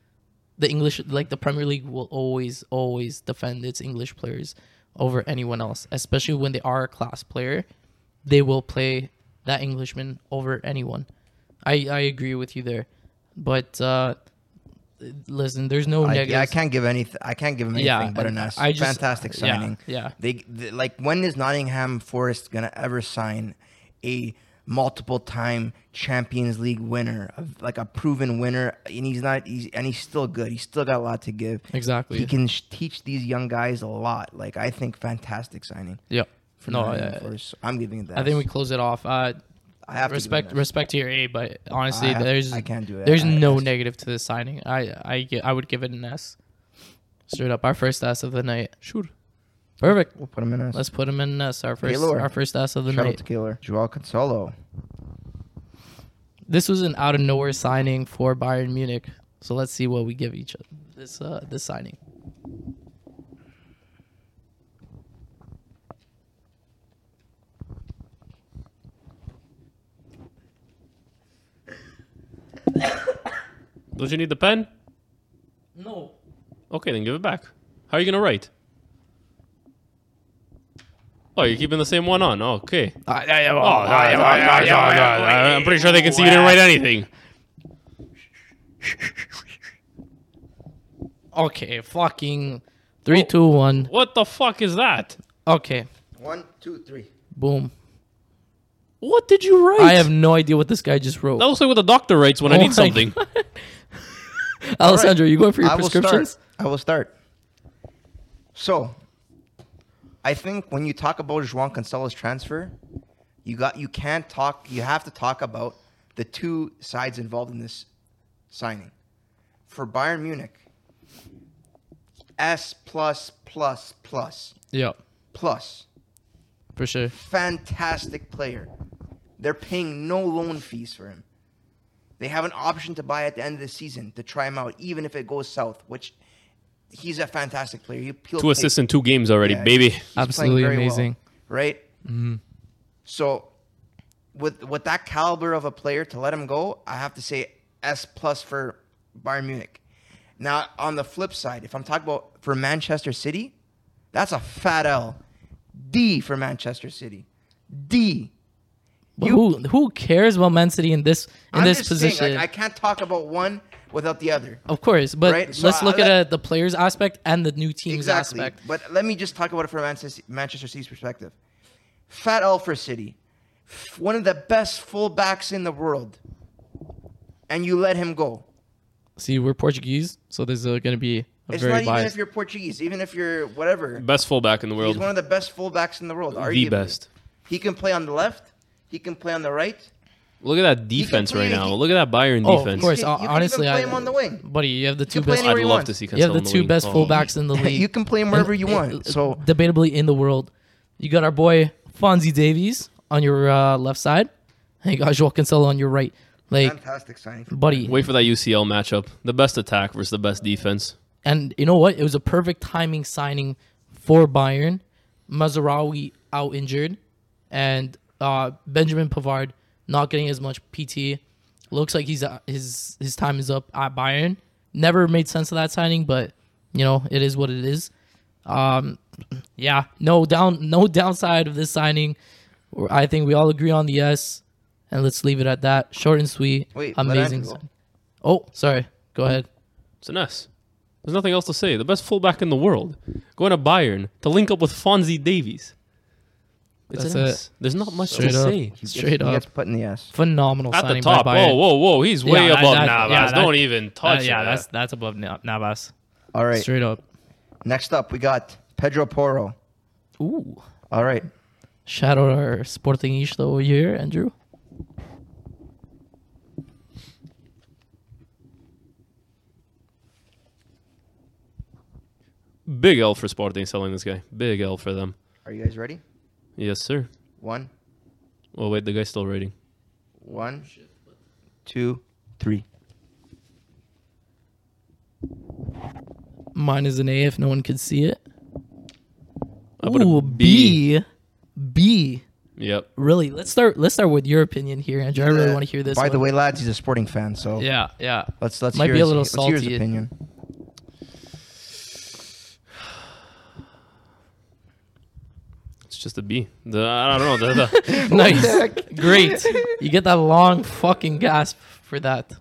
[SPEAKER 3] The English, like the Premier League, will always, always defend its English players over anyone else, especially when they are a class player. They will play that Englishman over anyone. I, I agree with you there, but uh, listen, there's no
[SPEAKER 4] I,
[SPEAKER 3] negatives.
[SPEAKER 4] yeah, I can't give anything. I can't give him anything
[SPEAKER 3] Yeah,
[SPEAKER 4] but an
[SPEAKER 3] and
[SPEAKER 4] S.
[SPEAKER 3] I just-
[SPEAKER 4] Fantastic
[SPEAKER 3] yeah,
[SPEAKER 4] signing.
[SPEAKER 3] yeah.
[SPEAKER 4] They, they like when is Nottingham Forest gonna ever sign a multiple-time Champions League winner, of- like a proven winner? And he's not. He's and he's still good. He's still got a lot to give.
[SPEAKER 3] Exactly.
[SPEAKER 4] He can sh- teach these young guys a lot. Like I think fantastic signing.
[SPEAKER 3] yeah.
[SPEAKER 4] For
[SPEAKER 3] No,
[SPEAKER 4] Nottingham
[SPEAKER 3] I,
[SPEAKER 4] Forest. So I'm giving it that.
[SPEAKER 3] I think we close it off. Uh,
[SPEAKER 4] I have to
[SPEAKER 3] respect
[SPEAKER 4] give him an S.
[SPEAKER 3] respect to your A, but honestly,
[SPEAKER 4] I have-
[SPEAKER 3] there's
[SPEAKER 4] I can't do it.
[SPEAKER 3] There's
[SPEAKER 4] I-
[SPEAKER 3] no
[SPEAKER 4] I-
[SPEAKER 3] negative to this signing. I I gi- I would give it an S. Straight up, our first S of the night. Sure. Perfect.
[SPEAKER 4] We'll put him in S.
[SPEAKER 3] Let's put him in S. Our first
[SPEAKER 4] Gaylord.
[SPEAKER 3] our first S of the
[SPEAKER 4] Shout out
[SPEAKER 3] night.
[SPEAKER 4] to Killer. Joao Cancelo.
[SPEAKER 3] This was an out of nowhere signing for Bayern Munich. So let's see what we give each other this uh this signing.
[SPEAKER 2] Don't you need the pen?
[SPEAKER 3] No.
[SPEAKER 2] Okay, then give it back. How are you going to write? Oh, you're keeping the same one on. Okay. I'm pretty sure they can see you didn't write anything.
[SPEAKER 3] Okay, fucking three,
[SPEAKER 4] Oh.
[SPEAKER 3] two, one.
[SPEAKER 2] What the fuck is that?
[SPEAKER 3] Okay.
[SPEAKER 4] One, two, three.
[SPEAKER 3] Boom.
[SPEAKER 2] What did you write?
[SPEAKER 3] I have no idea what this guy just wrote.
[SPEAKER 2] That looks like what the doctor writes when I
[SPEAKER 3] Oh
[SPEAKER 2] need
[SPEAKER 3] my
[SPEAKER 2] something.
[SPEAKER 3] Alessandro, you going for your
[SPEAKER 4] I will
[SPEAKER 3] prescriptions?
[SPEAKER 4] start. I will start. So, I think when you talk about Juan Cancelo's transfer, you got you can't talk. You have to talk about the two sides involved in this signing. For Bayern Munich, S plus plus plus
[SPEAKER 3] Yeah,
[SPEAKER 4] plus
[SPEAKER 3] for sure.
[SPEAKER 4] fantastic player. They're paying no loan fees for him. They have an option to buy at the end of the season to try him out, even if it goes south, which he's a fantastic player. He,
[SPEAKER 2] two
[SPEAKER 4] he'll play-
[SPEAKER 2] assists in two games already,
[SPEAKER 4] yeah,
[SPEAKER 2] baby.
[SPEAKER 4] he's playing
[SPEAKER 3] Absolutely
[SPEAKER 4] very well,
[SPEAKER 3] amazing. Mm-hmm.
[SPEAKER 4] right? So, with with that caliber of a player to let him go, I have to say S plus for Bayern Munich. Now, on the flip side, if I'm talking about for Manchester City, that's a fat L. D for Manchester City. D.
[SPEAKER 3] But who who cares about Man City in this in
[SPEAKER 4] I'm
[SPEAKER 3] this
[SPEAKER 4] just saying,
[SPEAKER 3] position?
[SPEAKER 4] like, I can't talk about one without the other.
[SPEAKER 3] of course, but
[SPEAKER 4] Right, so
[SPEAKER 3] let's
[SPEAKER 4] I-
[SPEAKER 3] look
[SPEAKER 4] I
[SPEAKER 3] at
[SPEAKER 4] like-
[SPEAKER 3] uh, the players aspect and the new team's
[SPEAKER 4] Exactly.
[SPEAKER 3] aspect.
[SPEAKER 4] But let me just talk about it from Manchester Manchester City's perspective. Fat L for City, f- one of the best fullbacks in the world, and you let him go.
[SPEAKER 3] See, we're Portuguese, so there's uh, going to be I'm
[SPEAKER 4] It's
[SPEAKER 3] very
[SPEAKER 4] not even
[SPEAKER 3] biased.
[SPEAKER 4] if you're Portuguese, even if you're whatever.
[SPEAKER 2] Best fullback in the world.
[SPEAKER 4] He's one of the best fullbacks in the world.
[SPEAKER 2] the
[SPEAKER 4] arguably.
[SPEAKER 2] best.
[SPEAKER 4] He can play on the left. He can play on the right.
[SPEAKER 2] Look at that defense right
[SPEAKER 4] play-
[SPEAKER 2] now. Look at that Bayern
[SPEAKER 3] Oh, of
[SPEAKER 2] defense.
[SPEAKER 3] course.
[SPEAKER 4] You
[SPEAKER 3] uh,
[SPEAKER 4] can- you can
[SPEAKER 3] honestly,
[SPEAKER 4] even play
[SPEAKER 3] I,
[SPEAKER 4] him on the wing.
[SPEAKER 3] buddy, you have the two
[SPEAKER 4] can play
[SPEAKER 3] best.
[SPEAKER 4] anywhere
[SPEAKER 2] I'd
[SPEAKER 4] he
[SPEAKER 2] love
[SPEAKER 4] wants.
[SPEAKER 2] to see Cancelo
[SPEAKER 3] You have the
[SPEAKER 2] on
[SPEAKER 3] two
[SPEAKER 2] wing.
[SPEAKER 3] best
[SPEAKER 2] Oh.
[SPEAKER 3] fullbacks in the league. uh,
[SPEAKER 4] You can play him wherever you want. So
[SPEAKER 3] debatably in the world. You got our boy Fonzie Davies on your uh, left side, and you got Joel Cancelo on your right. Like,
[SPEAKER 4] fantastic signing.
[SPEAKER 3] buddy,
[SPEAKER 2] Wait for that UCL matchup. The best attack versus the best defense.
[SPEAKER 3] and you know what? It was a perfect timing signing for Bayern. Mazarawi out injured, and uh, Benjamin Pavard not getting as much PT. Looks like he's uh, his his time is up at Bayern. Never made sense of that signing, but you know it is what it is. Um, yeah, no down, no downside of this signing. I think we all agree on the yes, and let's leave it at that. Short and sweet.
[SPEAKER 4] Wait, let
[SPEAKER 3] amazing.
[SPEAKER 4] Andrew go.
[SPEAKER 3] sign- Oh, sorry. Go ahead.
[SPEAKER 2] It's an S. There's nothing else to say. The best fullback in the world. Going to Bayern to link up with Fonzie Davies. It's
[SPEAKER 3] That's
[SPEAKER 2] an
[SPEAKER 3] it.
[SPEAKER 2] S. There's not much
[SPEAKER 3] Straight
[SPEAKER 2] to
[SPEAKER 3] up.
[SPEAKER 2] say.
[SPEAKER 3] Straight
[SPEAKER 4] he
[SPEAKER 3] up.
[SPEAKER 4] gets put in the ass.
[SPEAKER 3] phenomenal
[SPEAKER 2] At the
[SPEAKER 3] signing
[SPEAKER 2] top.
[SPEAKER 3] by Bayern.
[SPEAKER 2] Whoa, whoa, whoa. He's
[SPEAKER 3] Yeah,
[SPEAKER 2] way
[SPEAKER 3] that-
[SPEAKER 2] above
[SPEAKER 3] that-
[SPEAKER 2] Navas.
[SPEAKER 3] yeah, that-
[SPEAKER 2] Don't even touch
[SPEAKER 3] Uh, yeah,
[SPEAKER 2] that.
[SPEAKER 3] that's that's above Na- Navas.
[SPEAKER 4] All right.
[SPEAKER 3] Straight up.
[SPEAKER 4] Next up, we got Pedro Porro.
[SPEAKER 3] Ooh.
[SPEAKER 4] All right.
[SPEAKER 3] Shout out our Sporting Ish over here, Andrew.
[SPEAKER 2] Big L for Sporting selling this guy. Big L for them.
[SPEAKER 4] Are you guys ready?
[SPEAKER 2] Yes, sir.
[SPEAKER 4] One,
[SPEAKER 2] Oh, wait. The guy's still rating.
[SPEAKER 4] one,
[SPEAKER 2] Oh,
[SPEAKER 4] two, three.
[SPEAKER 3] Mine is an A if no one could see it.
[SPEAKER 2] I put a
[SPEAKER 3] Ooh, B. B.
[SPEAKER 2] Yep.
[SPEAKER 3] Really? Let's start let's start with your opinion here, Andrew. I really
[SPEAKER 4] Uh,
[SPEAKER 3] want to hear this.
[SPEAKER 4] By the
[SPEAKER 3] one.
[SPEAKER 4] way, lads, he's a sporting fan, so
[SPEAKER 3] Yeah, yeah.
[SPEAKER 4] let's let's
[SPEAKER 3] Might
[SPEAKER 4] hear
[SPEAKER 3] be a
[SPEAKER 4] his,
[SPEAKER 3] little
[SPEAKER 4] let's hear his
[SPEAKER 3] salty.
[SPEAKER 4] opinion.
[SPEAKER 2] It's just a B. The, I don't know. The, the,
[SPEAKER 3] nice. Great. You get that long fucking gasp for that.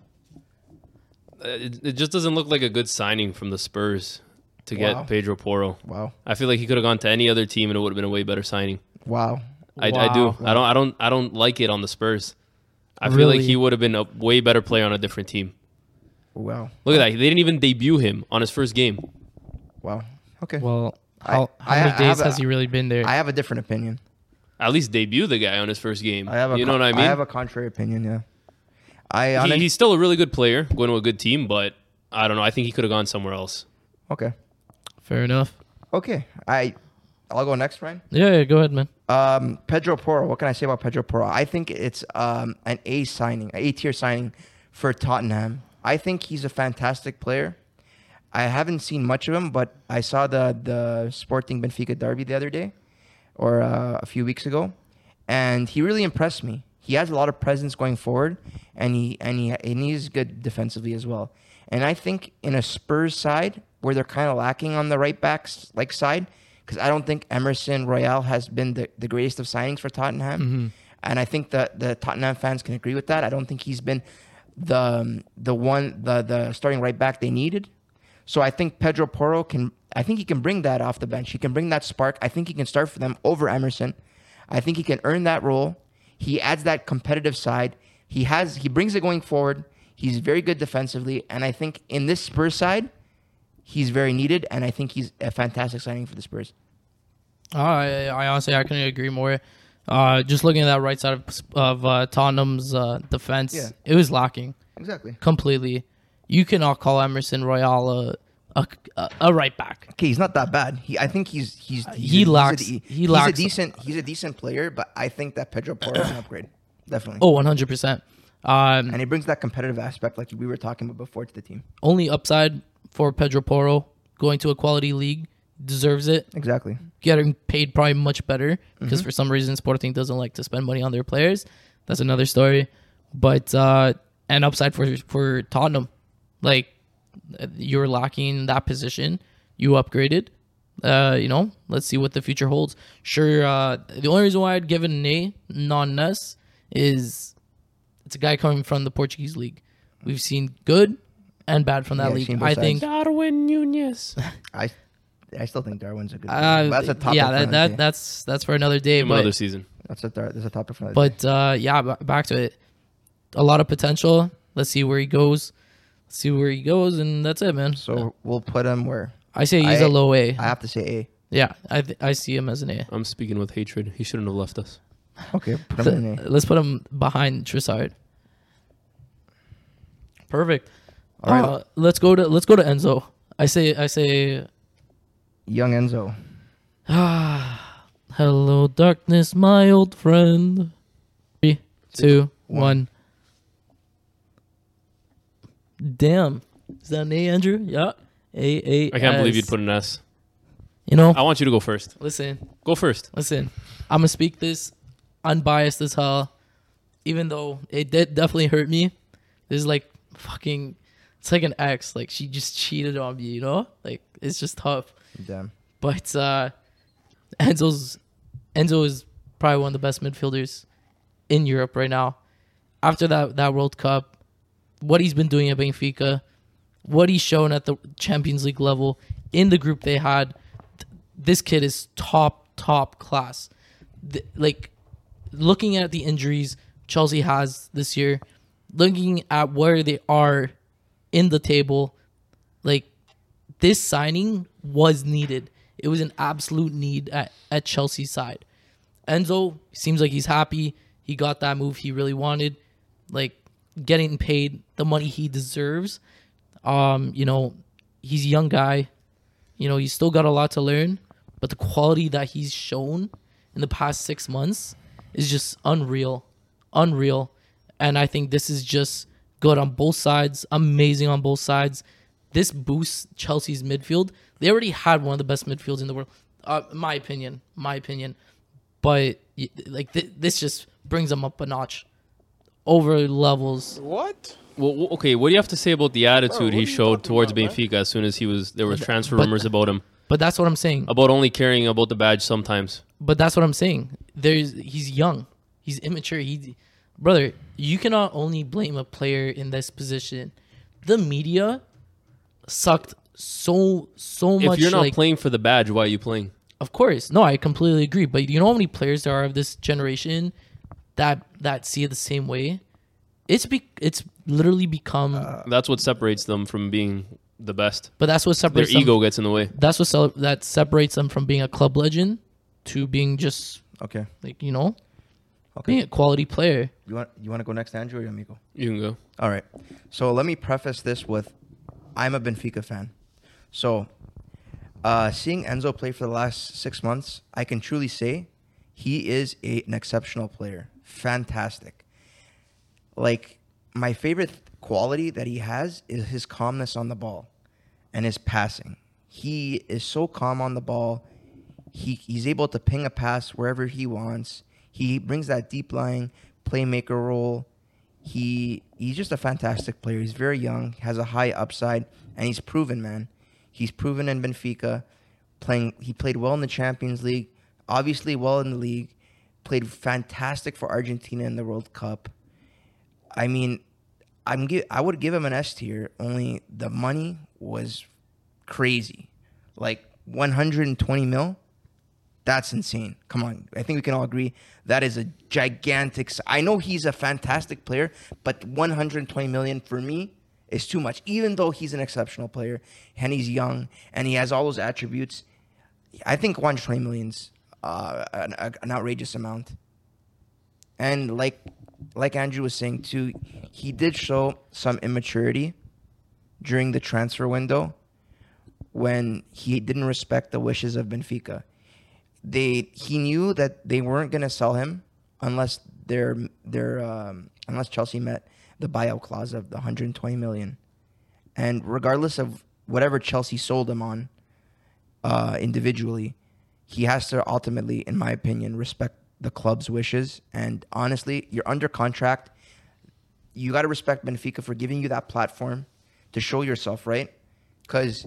[SPEAKER 2] it, it just doesn't look like a good signing from the Spurs to
[SPEAKER 4] Wow.
[SPEAKER 2] get Pedro Porro.
[SPEAKER 4] Wow.
[SPEAKER 2] I feel like he could have gone to any other team and it would have been a way better signing.
[SPEAKER 4] Wow.
[SPEAKER 2] I, I do.
[SPEAKER 3] Wow.
[SPEAKER 2] I don't. I don't. I don't like it on the Spurs. I feel
[SPEAKER 3] Really?
[SPEAKER 2] like he would have been a way better player on a different team.
[SPEAKER 4] Wow.
[SPEAKER 2] Look at that. They didn't even debut him on his first game.
[SPEAKER 4] Wow. Okay.
[SPEAKER 3] Well,
[SPEAKER 4] I-
[SPEAKER 3] how,
[SPEAKER 4] I-
[SPEAKER 3] how
[SPEAKER 4] I
[SPEAKER 3] many days
[SPEAKER 4] have a-
[SPEAKER 3] has he really been there?
[SPEAKER 4] I have a different opinion.
[SPEAKER 2] At least debut the guy on his first game.
[SPEAKER 4] I have a
[SPEAKER 2] you know
[SPEAKER 4] con-
[SPEAKER 2] what I mean?
[SPEAKER 4] I have a contrary opinion, yeah. I
[SPEAKER 2] He-
[SPEAKER 4] honestly
[SPEAKER 2] he's still a really good player, going to a good team, but I don't know. I think he could have gone somewhere else.
[SPEAKER 4] Okay.
[SPEAKER 3] Fair enough.
[SPEAKER 4] Okay. I I'll go next, Ryan.
[SPEAKER 3] Yeah, yeah, go ahead, man.
[SPEAKER 4] Um, Pedro Porro. What can I say about Pedro Porro? I think it's um, an A signing, an A tier signing for Tottenham. I think he's a fantastic player. I haven't seen much of him, but I saw the the Sporting Benfica derby the other day, or uh, a few weeks ago, and he really impressed me. He has a lot of presence going forward, and he and he and he's good defensively as well. And I think in a Spurs side where they're kind of lacking on the right backs like side, because I don't think Emerson Royale has been the, the greatest of signings for Tottenham, and I think that the Tottenham fans can agree with that. I don't think he's been the um, the one the the starting right back they needed. So I think Pedro Porro can. I think he can bring that off the bench. He can bring that spark. I think he can start for them over Emerson. I think he can earn that role. He adds that competitive side. He has. He brings it going forward. He's very good defensively, and I think in this Spurs side, he's very needed. And I think he's a fantastic signing for the Spurs.
[SPEAKER 3] Oh, I, I honestly I couldn't agree more. Uh, just looking at that right side of, of uh, Tottenham's uh, defense,
[SPEAKER 4] Yeah.
[SPEAKER 3] it was lacking
[SPEAKER 4] Exactly.
[SPEAKER 3] completely. You cannot call Emerson Royale a, a, a, a right back.
[SPEAKER 4] Okay, he's not that bad. He, I think he's he's, he's
[SPEAKER 3] Uh, he
[SPEAKER 4] a- he's a
[SPEAKER 3] lacks-
[SPEAKER 4] de-
[SPEAKER 3] he
[SPEAKER 4] he's a
[SPEAKER 3] lacks-
[SPEAKER 4] decent he's a decent player, but I think that Pedro Porro is an upgrade, definitely.
[SPEAKER 3] Oh, 100%. Um,
[SPEAKER 4] and he brings that competitive aspect like we were talking about before to the team.
[SPEAKER 3] only upside for Pedro Porro going to a quality league. Deserves it.
[SPEAKER 4] Exactly.
[SPEAKER 3] Mm. Getting paid probably much better because
[SPEAKER 4] Mm-hmm.
[SPEAKER 3] for some reason Sporting doesn't like to spend money on their players. That's another story. But uh, an upside for for Tottenham, like you're lacking in that position. You upgraded. Uh, you know, let's see what the future holds. Sure, uh, the only reason why I'd give it an A, non us, is it's a guy coming from the Portuguese league. Weve seen good and bad from that
[SPEAKER 4] Yeah, I've seen
[SPEAKER 3] league.
[SPEAKER 4] both
[SPEAKER 3] I think.
[SPEAKER 4] sides.
[SPEAKER 2] Darwin Nunez.
[SPEAKER 4] I I still think Darwin's a good.
[SPEAKER 3] Uh,
[SPEAKER 4] that's a topic.
[SPEAKER 3] yeah,
[SPEAKER 4] for
[SPEAKER 3] that,
[SPEAKER 4] another
[SPEAKER 3] that
[SPEAKER 4] day.
[SPEAKER 3] that's that's for another day. But
[SPEAKER 2] Another season.
[SPEAKER 4] that's a th- that's a topic for another day.
[SPEAKER 3] But uh, yeah, b- back to it. A lot of potential. Let's see where he goes. Let's see where he goes, and that's it, man.
[SPEAKER 4] So we'll put him where
[SPEAKER 3] I say he's
[SPEAKER 4] I-
[SPEAKER 3] a low A.
[SPEAKER 4] I have to say
[SPEAKER 3] yeah, I th- I see him as an A.
[SPEAKER 2] I'm speaking with hatred. He shouldn't have left us.
[SPEAKER 4] A. Okay, put him in A.
[SPEAKER 3] Let's put him behind Trissard. Perfect. All uh,
[SPEAKER 4] right.
[SPEAKER 3] let's go to let's go to Enzo. I say I say
[SPEAKER 4] Young Enzo.
[SPEAKER 3] hello darkness, my old friend. Three, two, one. Damn, is that an A, Andrew? Yeah, A A.
[SPEAKER 2] I can't believe
[SPEAKER 3] S.
[SPEAKER 2] you'd put Oh. an S.
[SPEAKER 3] You know,
[SPEAKER 2] I want you to go first.
[SPEAKER 3] listen.
[SPEAKER 2] Go first.
[SPEAKER 3] Listen, I'm gonna speak this unbiased as hell, even though it did definitely hurt me. This is like fucking, it's like an ex. Like she just cheated on me, you know. Like it's just tough.
[SPEAKER 4] Damn.
[SPEAKER 3] But uh Enzo's Enzo is probably one of the best midfielders in Europe right now. After that that World Cup, what he's been doing at Benfica, what he's shown at the Champions League level in the group they had, th- this kid is top top class. Th- like looking at the injuries Chelsea has this year, looking at where they are in the table, like this signing was needed. It was an absolute need at, at Chelsea's side. Enzo seems like he's happy. He got that move he really wanted. Like getting paid the money he deserves. Um, you know, he's a young guy. You know, he's still got a lot to learn, but the quality that he's shown in the past six months is just unreal. Unreal. And I think this is just good on both sides, amazing on both sides. This boosts Chelsea's midfield. They already had one of the best midfields in the world, uh, in my opinion. My opinion. But y- like th- this just brings them up a notch over levels.
[SPEAKER 5] What?
[SPEAKER 2] Well, wh- okay, what do you have to say about the attitude he showed towards Benfica as soon as he was there was transfer
[SPEAKER 3] but-
[SPEAKER 2] rumors about him
[SPEAKER 3] But that's what I'm saying.
[SPEAKER 2] about only caring about the badge sometimes.
[SPEAKER 3] But that's what I'm saying. There's he's young, he's immature. He, brother, you cannot only blame a player in this position. The media sucked so so
[SPEAKER 2] If
[SPEAKER 3] much.
[SPEAKER 2] you're not
[SPEAKER 3] like,
[SPEAKER 2] playing for the badge, why are you playing?
[SPEAKER 3] of course, no, I completely agree. But you know how many players there are of this generation that that see it the same way. It's be it's literally become.
[SPEAKER 2] That's what separates them from being the best.
[SPEAKER 3] but that's what
[SPEAKER 2] Their
[SPEAKER 3] separates them-
[SPEAKER 2] ego gets in the way.
[SPEAKER 3] That's what cele- that separates them from being a club legend to being just
[SPEAKER 4] Okay.
[SPEAKER 3] like you know,
[SPEAKER 4] Okay.
[SPEAKER 3] being a quality player.
[SPEAKER 4] You want you want to go next, Andrew or Amigo?
[SPEAKER 2] You can go.
[SPEAKER 4] All right. So let me preface this with I'm a Benfica fan. So uh, seeing Enzo play for the last six months, I can truly say he is a, an exceptional player. Fantastic. Like, my favorite quality that he has is his calmness on the ball and his passing. He is so calm on the ball. He, he's able to ping a pass wherever he wants. He brings that deep lying playmaker role. He he's just a fantastic player. He's very young, has a high upside, and he's proven, man. He's proven in Benfica, playing. He played well in the Champions League, obviously well in the league. Played fantastic for Argentina in the World Cup. I mean, I'm gi- I would give him an S tier. Only the money was crazy, like 120 mil. That's insane. Come on, I think we can all agree that is a gigantic. s- I know he's a fantastic player, but 120 million for me is too much. Even though he's an exceptional player and he's young and he has all those attributes, I think 120 million's uh, an, an outrageous amount and like like Andrew was saying too, he did show some immaturity during the transfer window when he didn't respect the wishes of Benfica. They he knew that they weren't going to sell him unless their their um, unless Chelsea met the buyout clause of the 120 million. And regardless of whatever Chelsea sold him on uh, individually, he has to ultimately, in my opinion, respect the club's wishes. And honestly, you're under contract. You got to respect Benfica for giving you that platform to show yourself, right? Because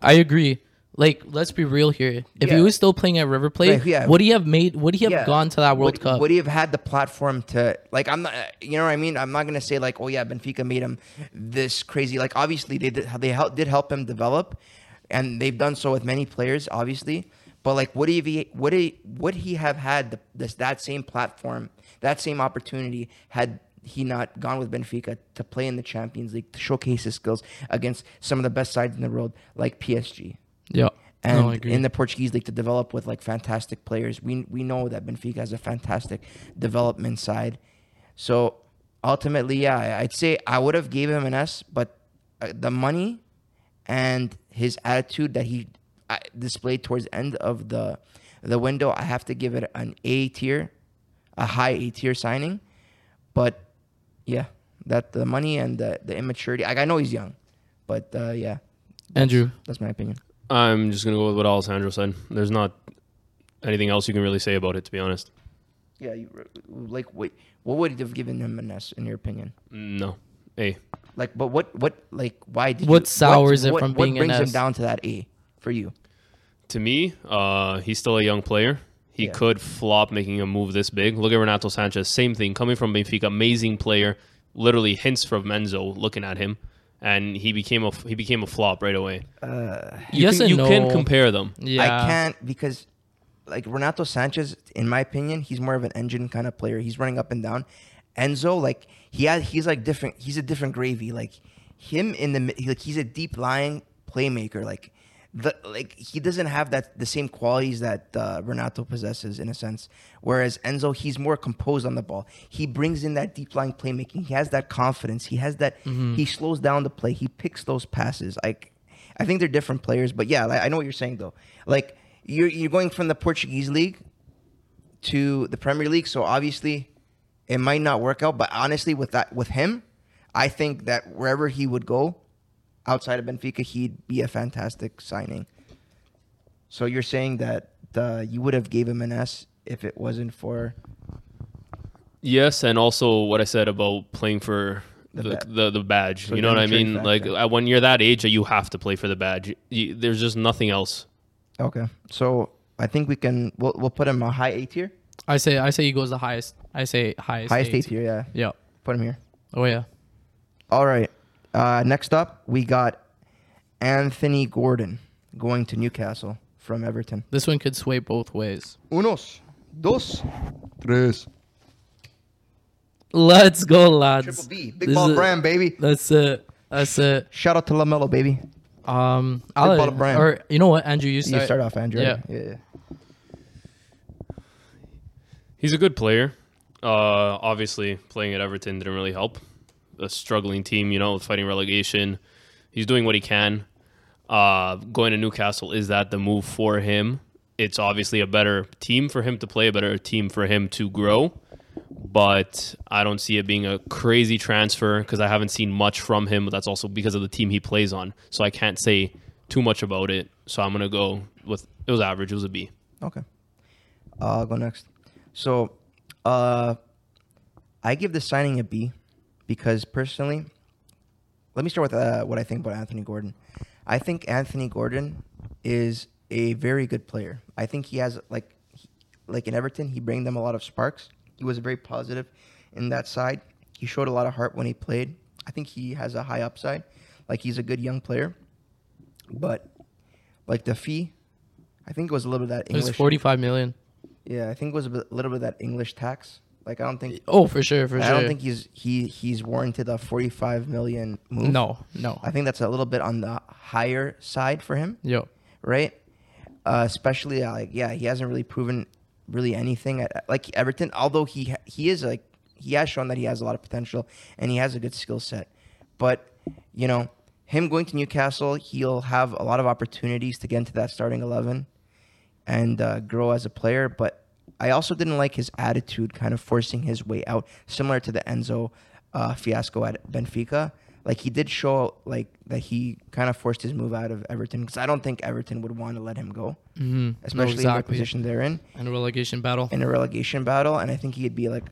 [SPEAKER 3] I agree. Like, let's be real here. If he
[SPEAKER 4] Yeah.
[SPEAKER 3] was still playing at River Plate,
[SPEAKER 4] Like, yeah.
[SPEAKER 3] would he have made? Would he have
[SPEAKER 4] Yeah.
[SPEAKER 3] gone to that World
[SPEAKER 4] would,
[SPEAKER 3] Cup?
[SPEAKER 4] Would he have had the platform to like? I'm not. You know what I mean? I'm not gonna say like, oh yeah, Benfica made him this crazy. Like obviously they did, they help, did help him develop, and they've done so with many players, obviously. But like, would he would he would he have had the, this that same platform, that same opportunity had he not gone with Benfica to play in the Champions League to showcase his skills against some of the best sides in the world like PSG
[SPEAKER 3] Yeah.
[SPEAKER 4] and
[SPEAKER 3] no, I agree.
[SPEAKER 4] in the Portuguese league to develop with like fantastic players. We we know that Benfica has a fantastic development side. So ultimately, yeah, I- I'd say I would have gave him an S, but uh, the money and his attitude that he uh, displayed towards the end of the the window, I have to give it an A tier, a high A tier signing. But yeah, that the money and the, the immaturity. Like I know he's young, but uh, yeah,
[SPEAKER 3] Andrew.
[SPEAKER 4] that's my opinion.
[SPEAKER 2] I'm just gonna go with what Alessandro said. There's not anything else you can really say about it, to be honest.
[SPEAKER 4] Yeah, you, uh, like what? What would it have given him an S in your opinion?
[SPEAKER 2] No. Hey,
[SPEAKER 4] Like, but what? What? Like, why did?
[SPEAKER 3] What
[SPEAKER 4] you,
[SPEAKER 3] sours it from
[SPEAKER 4] what
[SPEAKER 3] being an
[SPEAKER 4] brings
[SPEAKER 3] S?
[SPEAKER 4] him down to that A for you?
[SPEAKER 2] to me, uh, he's still a young player. He
[SPEAKER 4] Yeah.
[SPEAKER 2] could flop making a move this big. Look at Renato Sanchez. Same thing. Coming from Benfica, amazing player. Literally hints from Menzo looking at him, and he became a he became a flop right away. You
[SPEAKER 3] yes
[SPEAKER 2] can,
[SPEAKER 3] and
[SPEAKER 2] you
[SPEAKER 3] no.
[SPEAKER 2] can compare them.
[SPEAKER 3] Yeah.
[SPEAKER 4] I can't because, like Renato Sanchez, in my opinion, he's more of an engine kind of player. He's running up and down. Enzo, like he has, he's like different. He's a different gravy. Like him in the mid- like he's a deep lying playmaker. Like the like he doesn't have that the same qualities that uh, Renato possesses in a sense. Whereas Enzo, he's more composed on the ball. He brings in that deep lying playmaking. He has that confidence. He has that. He slows down the play. He picks those passes. Like I think they're different players, but yeah, like, I know what you're saying though. Like you're you're going from the Portuguese league to the Premier League, so obviously it might not work out. But honestly, with that with him, I think that wherever he would go outside of Benfica, he'd be a fantastic signing. So you're saying that uh, you would have gave him an S if it wasn't for
[SPEAKER 2] Yes, and also what I said about playing for the the,
[SPEAKER 4] ba-
[SPEAKER 2] the, badge. you know
[SPEAKER 4] the
[SPEAKER 2] what I
[SPEAKER 4] entry
[SPEAKER 2] mean?
[SPEAKER 4] factor.
[SPEAKER 2] Like uh, when you're that age, you have to play for the badge. You, there's just nothing else.
[SPEAKER 4] okay. So I think we can we'll we'll put him a high A tier,
[SPEAKER 3] I say I say he goes the highest. I say highest.
[SPEAKER 4] highest A
[SPEAKER 3] eight.
[SPEAKER 4] tier, yeah.
[SPEAKER 3] Yeah.
[SPEAKER 4] Put him here.
[SPEAKER 3] Oh yeah.
[SPEAKER 4] All right. Uh, next up, we got Anthony Gordon going to Newcastle from Everton.
[SPEAKER 3] This one could sway both ways.
[SPEAKER 4] Unos, dos, tres.
[SPEAKER 3] Let's go, lads.
[SPEAKER 4] Triple B, big
[SPEAKER 3] This
[SPEAKER 4] ball
[SPEAKER 3] is-
[SPEAKER 4] brand, baby.
[SPEAKER 3] That's it. That's it.
[SPEAKER 4] Shout out to Lamelo, baby.
[SPEAKER 3] Um,
[SPEAKER 4] ball
[SPEAKER 3] I'll,
[SPEAKER 4] brand.
[SPEAKER 3] or you know what, Andrew, you
[SPEAKER 4] You
[SPEAKER 3] start.
[SPEAKER 4] start off, Andrew.
[SPEAKER 3] Yeah.
[SPEAKER 4] yeah.
[SPEAKER 2] He's a good player. Uh, obviously, playing at Everton didn't really help. A struggling team, you know, fighting relegation. He's doing what he can. Uh, going to Newcastle is that the move for him? It's obviously a better team for him to play, a better team for him to grow. But I don't see it being a crazy transfer because I haven't seen much from him. But that's also because of the team he plays on, so I can't say too much about it. So I'm gonna go with it was average. It was a B.
[SPEAKER 4] Okay. Uh, I'll go next. So, uh, I give the signing a B because personally, let me start with uh, what I think about Anthony Gordon. I think Anthony Gordon is a very good player. I think he has like, he- like in Everton, he bring them a lot of sparks. He was very positive in that side. He showed a lot of heart when he played. I think he has a high upside. Like he's a good young player, but like the fee, I think it was a little bit of that
[SPEAKER 3] It was
[SPEAKER 4] English.
[SPEAKER 3] forty-five million.
[SPEAKER 4] Yeah, I think it was a, bit, little bit of that English tax. Like I don't think
[SPEAKER 3] Oh, for sure, for
[SPEAKER 4] I
[SPEAKER 3] sure.
[SPEAKER 4] don't think he's he he's warranted a 45 million move.
[SPEAKER 3] no, no.
[SPEAKER 4] I think that's a little bit on the higher side for him,
[SPEAKER 3] Yo,
[SPEAKER 4] right? Uh, especially uh, like yeah, he hasn't really proven really anything at like Everton. Although he ha- he is like he has shown that he has a lot of potential and he has a good skill set, but you know him going to Newcastle, he'll have a lot of opportunities to get into that starting 11 and uh, grow as a player. But I also didn't like his attitude, kind of forcing his way out, similar to the Enzo uh, fiasco at Benfica. Like he did show like that he kind of forced his move out of Everton because I don't think Everton would want to let him go, mm-hmm. especially in the
[SPEAKER 3] exactly.
[SPEAKER 4] position they're in
[SPEAKER 3] and a relegation battle.
[SPEAKER 4] in a relegation battle, and I think he'd be like,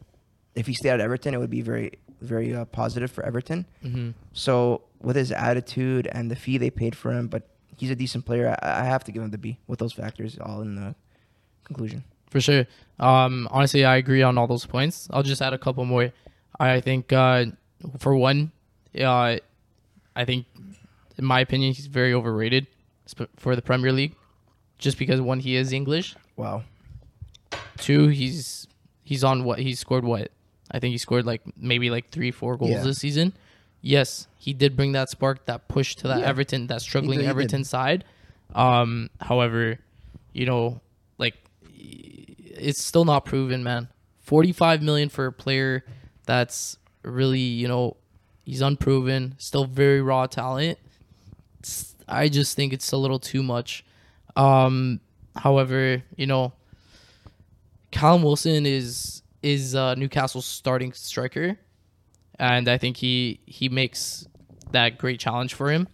[SPEAKER 4] if he stayed at Everton, it would be very, very uh, positive for Everton. So with his attitude and the fee they paid for him, but he's a decent player. I, I have to give him the B with those factors all in the conclusion.
[SPEAKER 3] for sure. Um, honestly, I agree on all those points. I'll just add a couple more. I think, uh, for one, uh, I think, in my opinion, he's very overrated sp- for the Premier League, just because one, he is English.
[SPEAKER 4] Wow.
[SPEAKER 3] Two, he's he's on what he's scored what I think he scored like maybe like three, four goals
[SPEAKER 4] Yeah.
[SPEAKER 3] this season. Yes, he did bring that spark, that push to that
[SPEAKER 4] Yeah.
[SPEAKER 3] Everton, that struggling
[SPEAKER 4] he did.
[SPEAKER 3] Everton side. Um, however, you know, like it's still not proven, man. 45 million for a player that's really, you know, he's unproven, still very raw talent. It's- I just think it's a little too much. Um, however, you know, Callum Wilson is is uh, Newcastle's starting striker, and I think he he makes that great challenge for him,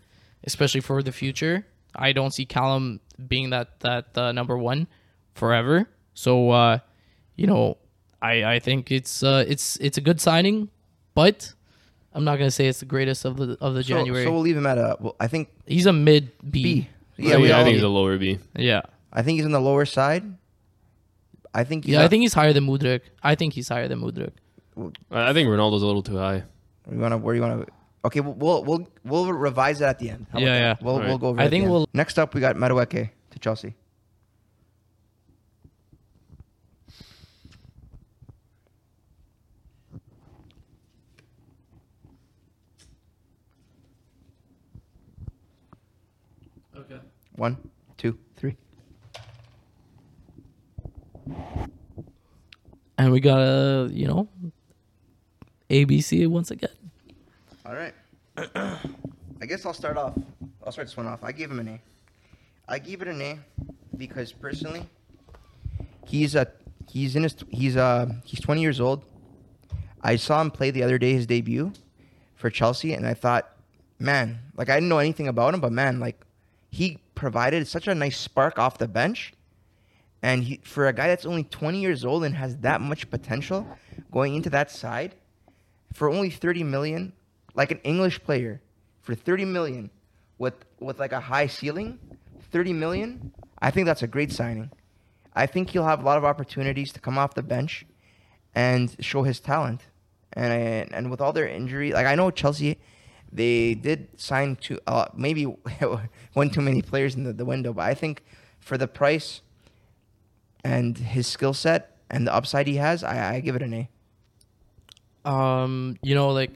[SPEAKER 3] especially for the future. I don't see Callum being that that uh, number one forever. So, uh, you know, I I think it's uh, it's it's a good signing, but I'm not gonna say it's the greatest of the of the
[SPEAKER 4] So-
[SPEAKER 3] January. E.
[SPEAKER 4] So, we'll leave him at a. Well, I think
[SPEAKER 3] He's a mid B.
[SPEAKER 4] B.
[SPEAKER 2] Yeah,
[SPEAKER 4] Yeah, we
[SPEAKER 2] I
[SPEAKER 4] all,
[SPEAKER 2] think he's a lower B.
[SPEAKER 3] Yeah.
[SPEAKER 4] I think he's on the lower side. I think. He's
[SPEAKER 3] Yeah, I
[SPEAKER 4] not-
[SPEAKER 3] think he's higher than Mudrik. I think he's higher than Mudrik.
[SPEAKER 2] I I think Ronaldo's a little too high.
[SPEAKER 4] We want to. Where do you want to? Okay, we'll, we'll we'll we'll revise that at the end. How about
[SPEAKER 3] Yeah,
[SPEAKER 4] that?
[SPEAKER 3] yeah.
[SPEAKER 4] We'll
[SPEAKER 2] All
[SPEAKER 4] we'll
[SPEAKER 2] right.
[SPEAKER 4] go over.
[SPEAKER 3] I
[SPEAKER 4] it at
[SPEAKER 3] think
[SPEAKER 4] the end.
[SPEAKER 3] we'll-
[SPEAKER 4] Next up, we got Madueke to Chelsea.
[SPEAKER 3] Okay.
[SPEAKER 4] One, two, three.
[SPEAKER 3] And we got a, you know, ABC once again.
[SPEAKER 4] All right. I guess I'll start off. I'll start this one off. I gave him an A. I gave it an A because personally, he's a he's in his he's uh he's 20 years old. I saw him play the other day his debut for Chelsea, and I thought, man, like I didn't know anything about him, but man, like he provided such a nice spark off the bench. And he, for a guy that's only 20 years old and has that much potential going into that side, for only 30 million, like an English player, for 30 million with with like a high ceiling, 30 million, I think that's a great signing. I think he'll have a lot of opportunities to come off the bench and show his talent. And I, and with all their injury, like I know Chelsea, they did sign to uh, maybe one too many players in the, the window, but I think for the price and his skill set and the upside he has, I, I give it an A.
[SPEAKER 3] Um, you know, like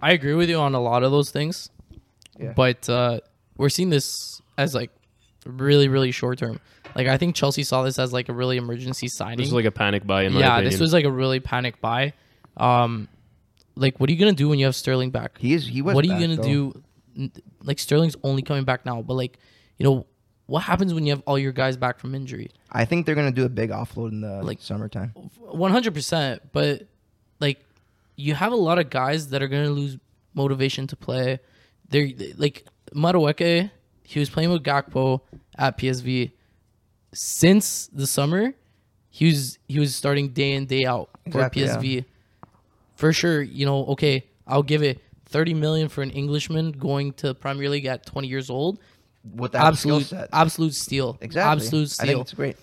[SPEAKER 3] I agree with you on a lot of those things.
[SPEAKER 4] Yeah.
[SPEAKER 3] But uh we're seeing this as like really, really short term. Like I think Chelsea saw this as like a really emergency signing.
[SPEAKER 2] This is like a panic buy in my
[SPEAKER 3] yeah,
[SPEAKER 2] opinion.
[SPEAKER 3] this was like a really panic buy. Um like what are you gonna do when you have Sterling back?
[SPEAKER 4] He is. He was.
[SPEAKER 3] what are you
[SPEAKER 4] back,
[SPEAKER 3] gonna
[SPEAKER 4] though.
[SPEAKER 3] do? N- Like Sterling's only coming back now, but like, you know, what happens when you have all your guys back from injury?
[SPEAKER 4] I think they're gonna do a big offload in the
[SPEAKER 3] Like-
[SPEAKER 4] summertime.
[SPEAKER 3] One hundred percent. But like, you have a lot of guys that are gonna lose motivation to play. They're like Madueke. He was playing with Gakpo at PSV. Since the summer, he was he was starting day in day out for
[SPEAKER 4] Exactly, yeah.
[SPEAKER 3] PSV. For sure, you know. Okay, I'll give it thirty million for an Englishman going to Premier League at twenty years old.
[SPEAKER 4] With that skill
[SPEAKER 3] absolute
[SPEAKER 4] set.
[SPEAKER 3] absolute steal.
[SPEAKER 4] Exactly.
[SPEAKER 3] Absolute
[SPEAKER 4] I think
[SPEAKER 3] steal.
[SPEAKER 4] it's great.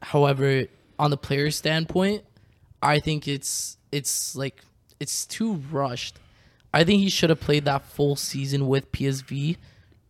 [SPEAKER 3] However, on the player's standpoint, I think it's it's like it's too rushed. I think he should have played that full season with PSV,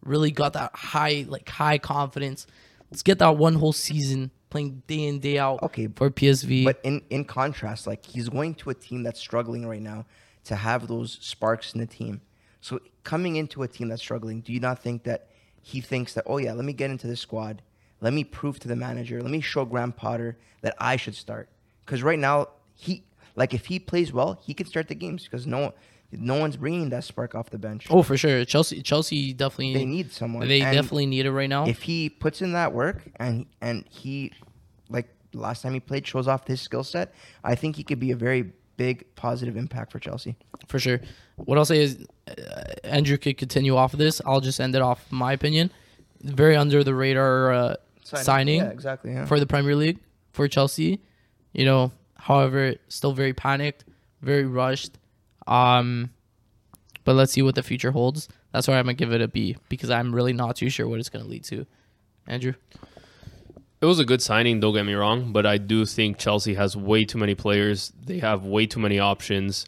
[SPEAKER 3] really got that high like high confidence. Let's get that one whole season playing day in day out
[SPEAKER 4] Okay,
[SPEAKER 3] for PSV.
[SPEAKER 4] But in in contrast, like he's going to a team that's struggling right now to have those sparks in the team. So coming into a team that's struggling, do you not think that he thinks that oh yeah, let me get into this squad, let me prove to the manager, let me show Graham Potter that I should start because right now he like if he plays well, he can start the games because no no one's bringing that spark off the bench.
[SPEAKER 3] oh, for sure, Chelsea Chelsea definitely
[SPEAKER 4] They need someone.
[SPEAKER 3] They
[SPEAKER 4] And-
[SPEAKER 3] definitely need it right now.
[SPEAKER 4] if he puts in that work and and he like last time he played shows off his skill set, I think he could be a very big positive impact for Chelsea.
[SPEAKER 3] for sure. What I'll say is, uh, Andrew could continue off of this. I'll just end it off my opinion. Very under the radar uh, signing,
[SPEAKER 4] Yeah, exactly. Yeah.
[SPEAKER 3] for the Premier League for Chelsea. You know, however, still very panicked, very rushed. Um, but let's see what the future holds. That's why I'm gonna give it a B because I'm really not too sure what it's gonna lead to. Andrew,
[SPEAKER 2] It was a good signing, don't get me wrong, but I do think Chelsea has way too many players. They have way too many options.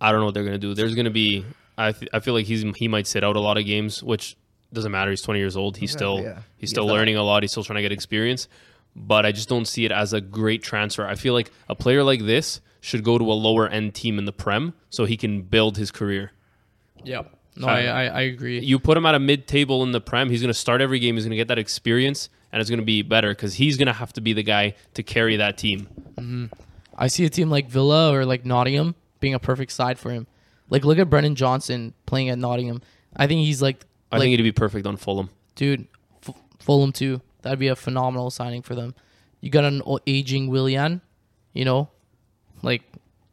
[SPEAKER 2] I don't know what they're going to do. There's going to be I th- I feel like he's he might sit out a lot of games, which doesn't matter. He's 20 years old. He's still
[SPEAKER 4] yeah.
[SPEAKER 2] he's still learning a lot. He's still trying to get experience, but I just don't see it as a great transfer. I feel like a player like this should go to a lower end team in the Prem so he can build his career.
[SPEAKER 3] Yeah. No, I, I, I agree.
[SPEAKER 2] You put him at a mid table in the Prem, he's going to start every game, he's going to get that experience, and it's going to be better because he's going to have to be the guy to carry that team.
[SPEAKER 3] I see a team like Villa or like Nottingham being a perfect side for him. Like, look at Brennan Johnson playing at Nottingham. I think he's like,
[SPEAKER 2] I
[SPEAKER 3] like
[SPEAKER 2] think he'd be perfect on Fulham.
[SPEAKER 3] dude, F- Fulham too. That'd be a phenomenal signing for them. You got an o- aging Willian, you know, like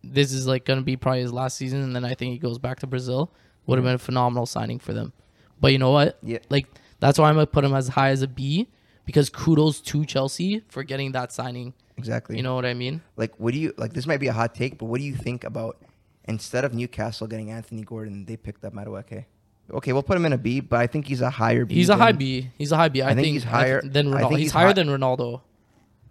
[SPEAKER 3] this is like gonna be probably his last season, and then I think he goes back to Brazil. Would have been a phenomenal signing for them. But you know what?
[SPEAKER 4] Mm-hmm. Yeah.
[SPEAKER 3] Like that's why I'm gonna put him as high as a B because kudos to Chelsea for getting that signing.
[SPEAKER 4] Exactly.
[SPEAKER 3] You know what I mean?
[SPEAKER 4] like what do you like? This might be a hot take, but what do you think about instead of Newcastle getting Anthony Gordon, they picked up Madueke? Okay, we'll put him in a B, but I think he's a higher B.
[SPEAKER 3] He's a
[SPEAKER 4] than-
[SPEAKER 3] high B. He's a high B. I
[SPEAKER 4] think
[SPEAKER 3] think,
[SPEAKER 4] he's
[SPEAKER 3] I
[SPEAKER 4] higher-
[SPEAKER 3] th- than
[SPEAKER 4] I
[SPEAKER 3] Ronaldo.
[SPEAKER 4] think
[SPEAKER 3] He's,
[SPEAKER 4] he's
[SPEAKER 3] higher
[SPEAKER 4] hi-
[SPEAKER 3] than Ronaldo.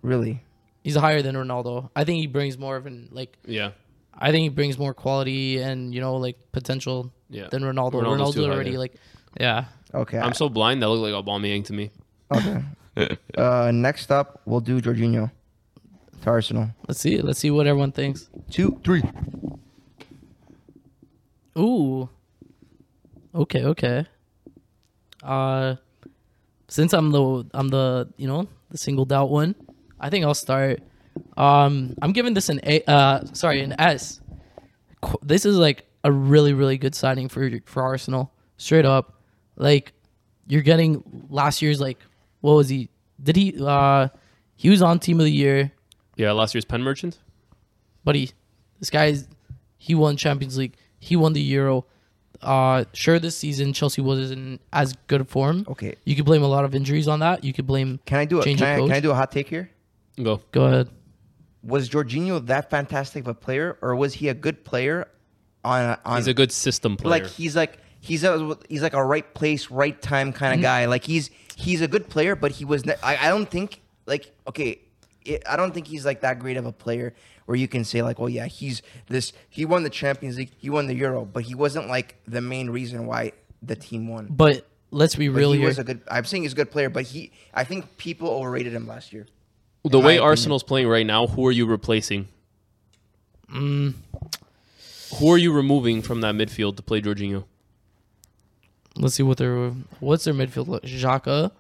[SPEAKER 4] Really?
[SPEAKER 3] He's higher than Ronaldo. I think he brings more of an like.
[SPEAKER 2] Yeah.
[SPEAKER 3] I think he brings more quality and you know like potential
[SPEAKER 2] Yeah.
[SPEAKER 3] than Ronaldo.
[SPEAKER 2] Ronaldo's
[SPEAKER 3] Ronaldo's,
[SPEAKER 2] too high,
[SPEAKER 3] already
[SPEAKER 2] yeah.
[SPEAKER 3] like, yeah.
[SPEAKER 4] Okay.
[SPEAKER 2] I'm so blind that looked like Aubameyang to me.
[SPEAKER 4] okay. uh, next up, we'll do Jorginho to Arsenal.
[SPEAKER 3] Let's see. Let's see what everyone thinks.
[SPEAKER 4] Two, three.
[SPEAKER 3] Ooh. Okay. Okay. Uh, since I'm the I'm the you know the singled out one, I think I'll start. Um, I'm giving this an A. Uh, sorry, an S. Qu- This is like a really really good signing for for Arsenal. Straight up, like you're getting last year's like what was he? Did he? Uh, he was on team of the year,
[SPEAKER 2] Yeah, last year's pen merchant.
[SPEAKER 3] but he this guy's he won Champions League. He won the Euro. Uh, sure, this season Chelsea wasn't in as good a form.
[SPEAKER 4] Okay.
[SPEAKER 3] You could blame a lot of injuries on that. You could blame.
[SPEAKER 4] Can I do a
[SPEAKER 3] Change
[SPEAKER 4] can
[SPEAKER 3] of
[SPEAKER 4] I,
[SPEAKER 3] coach?
[SPEAKER 4] can I do a hot take here?
[SPEAKER 2] Go.
[SPEAKER 3] Go ahead.
[SPEAKER 4] Was Jorginho that fantastic of a player, or was he a good player on on
[SPEAKER 2] He's a good system player.
[SPEAKER 4] like he's like he's a he's like a right place, right time kind of
[SPEAKER 2] Mm-hmm.
[SPEAKER 4] guy. Like he's he's a good player, but he was. Ne- I, I don't think like okay. It, I don't think he's like that great of a player where you can say like, oh yeah, he's this. He won the Champions League, he won the Euro, but he wasn't like the main reason why the team won.
[SPEAKER 3] But let's be
[SPEAKER 4] But
[SPEAKER 3] real
[SPEAKER 4] he
[SPEAKER 3] here.
[SPEAKER 4] was a good. I'm saying he's a good player, but he. I think people overrated him last year.
[SPEAKER 2] the
[SPEAKER 4] my
[SPEAKER 2] way
[SPEAKER 4] opinion.
[SPEAKER 2] Arsenal's playing right now, who are you replacing?
[SPEAKER 3] Mm.
[SPEAKER 2] Who are you removing from that midfield to play Jorginho?
[SPEAKER 3] let's see what their what's their midfield look. Xhaka,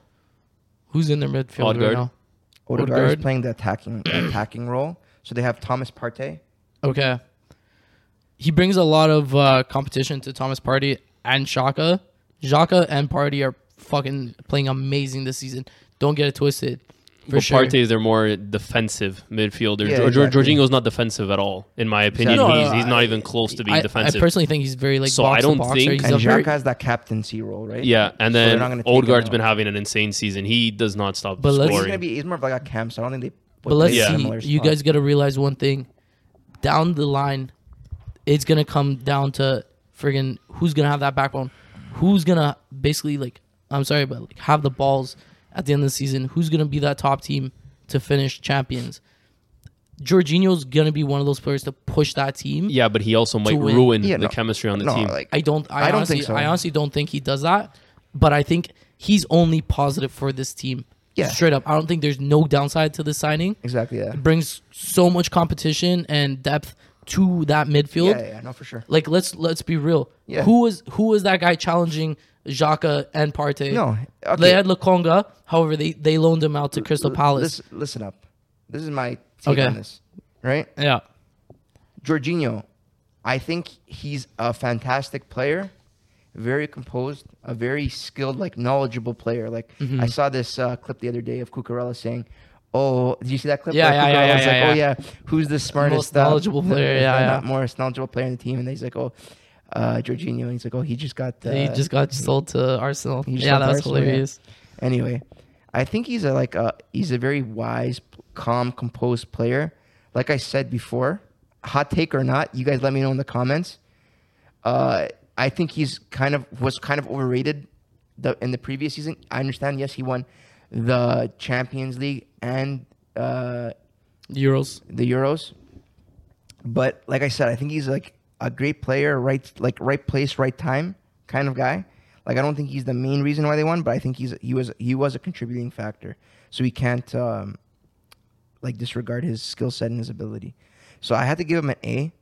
[SPEAKER 3] who's in their midfield
[SPEAKER 2] Odegaard.
[SPEAKER 3] right now?
[SPEAKER 4] Odegaard,
[SPEAKER 3] Odegaard.
[SPEAKER 4] is playing the attacking attacking role, so they have Thomas Partey.
[SPEAKER 3] Okay. He brings a lot of uh, competition to Thomas Party and Shaka. Xhaka and Party are fucking playing amazing this season. Don't get it twisted. For
[SPEAKER 2] But
[SPEAKER 3] sure.
[SPEAKER 2] Partey, they're more defensive midfielder.
[SPEAKER 4] Yeah,
[SPEAKER 2] Jor-
[SPEAKER 4] exactly.
[SPEAKER 2] Jorginho's not defensive at all, in my opinion.
[SPEAKER 3] Exactly. No,
[SPEAKER 2] He's,
[SPEAKER 3] no,
[SPEAKER 2] he's not
[SPEAKER 3] I-
[SPEAKER 2] even close to being
[SPEAKER 3] I,
[SPEAKER 2] defensive.
[SPEAKER 3] I personally think he's very like
[SPEAKER 2] So
[SPEAKER 3] box
[SPEAKER 2] I don't
[SPEAKER 3] to boxer.
[SPEAKER 2] think-
[SPEAKER 3] he's
[SPEAKER 4] And
[SPEAKER 3] a very,
[SPEAKER 4] Xhaka has that captaincy role, right?
[SPEAKER 2] yeah, and
[SPEAKER 4] So they're
[SPEAKER 2] then
[SPEAKER 4] not gonna take him
[SPEAKER 2] Odegaard's
[SPEAKER 4] out.
[SPEAKER 2] been having an insane season. He does not stop
[SPEAKER 3] But let's-
[SPEAKER 4] He's
[SPEAKER 2] scoring.
[SPEAKER 4] gonna be. He's more of like a camp. So I don't think they.
[SPEAKER 3] But let's
[SPEAKER 2] Yeah.
[SPEAKER 3] see. You guys got to realize one thing. Down the line, it's gonna come down to friggin' who's gonna have that backbone, who's gonna basically like I'm sorry, but like have the balls at the end of the season. Who's gonna be that top team to finish champions? Jorginho's gonna be one of those players to push that team.
[SPEAKER 2] yeah, but he also might
[SPEAKER 3] win.
[SPEAKER 2] ruin
[SPEAKER 4] Yeah,
[SPEAKER 2] the
[SPEAKER 4] no.
[SPEAKER 2] chemistry on the
[SPEAKER 4] no,
[SPEAKER 2] team.
[SPEAKER 4] like
[SPEAKER 3] I don't. I,
[SPEAKER 4] I don't
[SPEAKER 3] honestly,
[SPEAKER 4] think so.
[SPEAKER 3] I honestly don't think he does that. But I think he's only positive for this team.
[SPEAKER 4] Yeah.
[SPEAKER 3] straight up. I don't think there's no downside to this signing.
[SPEAKER 4] exactly. Yeah.
[SPEAKER 3] brings so much competition and depth to that midfield.
[SPEAKER 4] Yeah, yeah, yeah, no, for sure.
[SPEAKER 3] Like let's let's be real.
[SPEAKER 4] Yeah.
[SPEAKER 3] Who was who was that guy challenging Xhaka and Partey?
[SPEAKER 4] No, okay.
[SPEAKER 3] They had Lukonga. However, they they loaned him out to Crystal Palace.
[SPEAKER 4] Listen, listen up. This is my take
[SPEAKER 3] Okay.
[SPEAKER 4] on this, right?
[SPEAKER 3] yeah.
[SPEAKER 4] Jorginho, I think he's a fantastic player, very composed, a very skilled, like knowledgeable player. Like
[SPEAKER 3] Mm-hmm.
[SPEAKER 4] I saw this uh, clip the other day of Cucurella saying, "Oh, did you see that clip?"
[SPEAKER 3] Yeah,
[SPEAKER 4] Where
[SPEAKER 3] yeah, yeah,
[SPEAKER 4] Cucurella's
[SPEAKER 3] yeah,
[SPEAKER 4] like,
[SPEAKER 3] yeah,
[SPEAKER 4] "Oh yeah, who's the
[SPEAKER 3] Most
[SPEAKER 4] smartest,
[SPEAKER 3] knowledgeable player, yeah, yeah.
[SPEAKER 4] not most knowledgeable player in the team?" And he's like, "Oh, uh, Jorginho," and he's like, "Oh, he just got uh,
[SPEAKER 3] He just got sold to Arsenal.
[SPEAKER 4] He just
[SPEAKER 3] Yeah,
[SPEAKER 4] got to
[SPEAKER 3] that was
[SPEAKER 4] Arsenal, yeah.
[SPEAKER 3] hilarious.
[SPEAKER 4] Anyway, I think he's a like a he's a very wise, calm, composed player. Like I said before, hot take or not, you guys let me know in the comments. Uh, I think he's kind of was kind of overrated the, in the previous season. I understand. Yes, he won the Champions League and uh,
[SPEAKER 3] Euros.
[SPEAKER 4] the Euros, but like I said, I think he's like a great player, right like right place, right time kind of guy. Like I don't think he's the main reason why they won, but I think he's he was he was a contributing factor. So we can't um, like disregard his skill set and his ability. So I had to give him an A